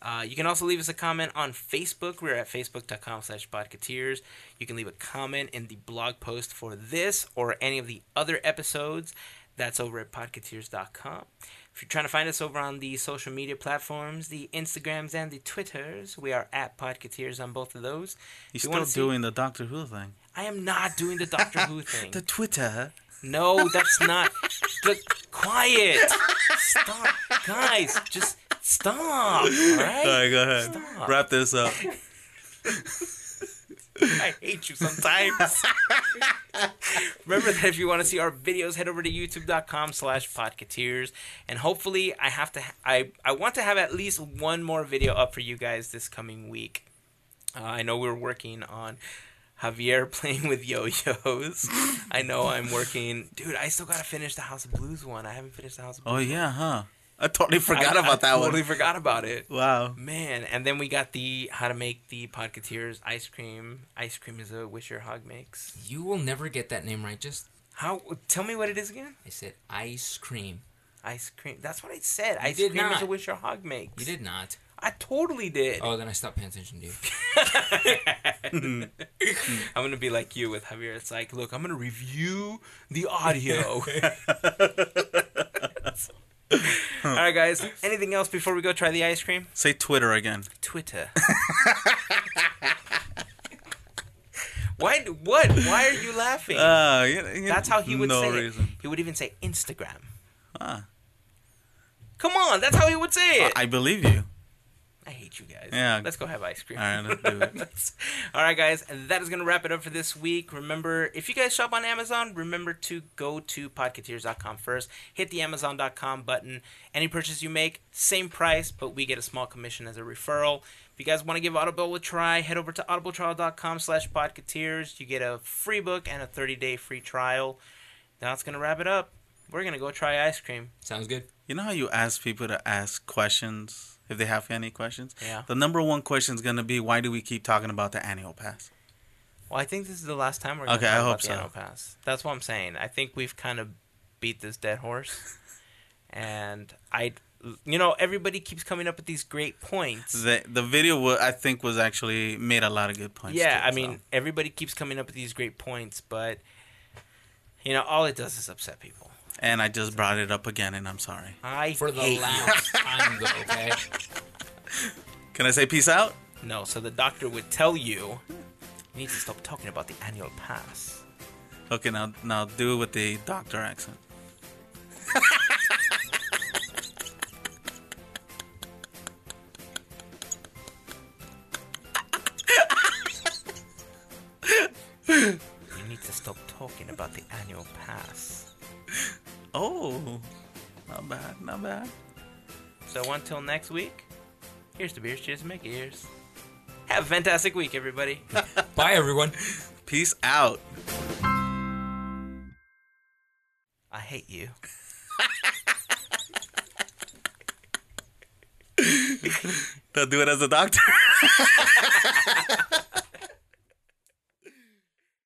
Uh, you can also leave us a comment on Facebook. We're at facebook.com slash podcateers. You can leave a comment in the blog post for this or any of the other episodes. That's over at podcateers.com. If you're trying to find us over on the social media platforms, the Instagrams and the Twitters, we are at podcateers on both of those.
He's
If you wanna
still
see-
doing the Doctor Who thing.
I am not doing the Doctor Who thing.
The Twitter.
No, that's not. The, quiet. Stop, guys. Just stop. All
All
right.
right, go ahead.
Stop.
Wrap this up.
I hate you sometimes. Remember that if you want to see our videos, head over to youtube.com slash podcateers. And hopefully I have to I, I want to have at least one more video up for you guys this coming week. Uh, I know we're working on Javier playing with yo-yos. I know I'm working. Dude, I still got to finish the House of Blues one. I haven't finished the House of Blues.
Oh, yeah, huh? I totally
I-
Oh, forgot
I
about that
totally
one.
forgot about it.
Wow.
Man, and then we got the how to make the Podcateers ice cream. Ice cream is a Wisher Hog makes.
You will never get that name right. Just
How? Tell me what it is again.
I said ice cream.
Ice cream. That's what I said. Ice
did
cream is a
not.
Wisher Hog makes.
You did not.
I totally did.
Oh, then I stopped paying attention to you.
I'm gonna be like you with Javier. It's like, look, I'm gonna review the audio. All right, guys. Anything else before we go try the ice cream?
Say Twitter again.
Twitter. Why? What? Why are you laughing?
Uh, you, you-
That's how he would
no
say
reason.
it. He would even say Instagram.
Ah.
Come on, that's how he would say it. I,
I believe you.
hate you guys.
Yeah.
Let's go have ice cream.
All right, let's do it.
All right, guys, that is going to wrap it up for this week. Remember, if you guys shop on Amazon, remember to go to podcateers.com first. Hit the amazon.com button. Any purchase you make, same price, but we get a small commission as a referral. If you guys want to give Audible a try, head over to audibletrial.com slash podcateers. You get a free book and a 30-day free trial. That's going to wrap it up. We're going to go try ice cream.
Sounds good.
You know how you ask people to ask questions if they have any questions.
Yeah.
The number one question is going to be why do we keep talking about the annual pass?
Well, I think this is the last time we're going to
Okay, I
talk
hope
about the
so.
Anno Pass. That's what I'm saying. I think we've kind of beat this dead horse, and I, you know, everybody keeps coming up with these great points.
The the video wa- I think was actually made a lot of good points.
yeah,
too,
I
so.
mean, everybody keeps coming up with these great points, but you know, all it does is upset people.
and I just brought it up again, and I'm sorry.
I
For the
hate
last time, though, okay?
Can I say peace out?
you. no. So the doctor would tell you, you need to stop talking about the annual pass.
Okay, now now do it with the doctor accent.
You need to stop talking about the annual pass.
Oh, not bad, not bad.
So until next week, here's to beers, cheers, and make ears. Have a fantastic week, everybody.
Bye, everyone.
Peace out.
I hate you.
They'll do it as a doctor.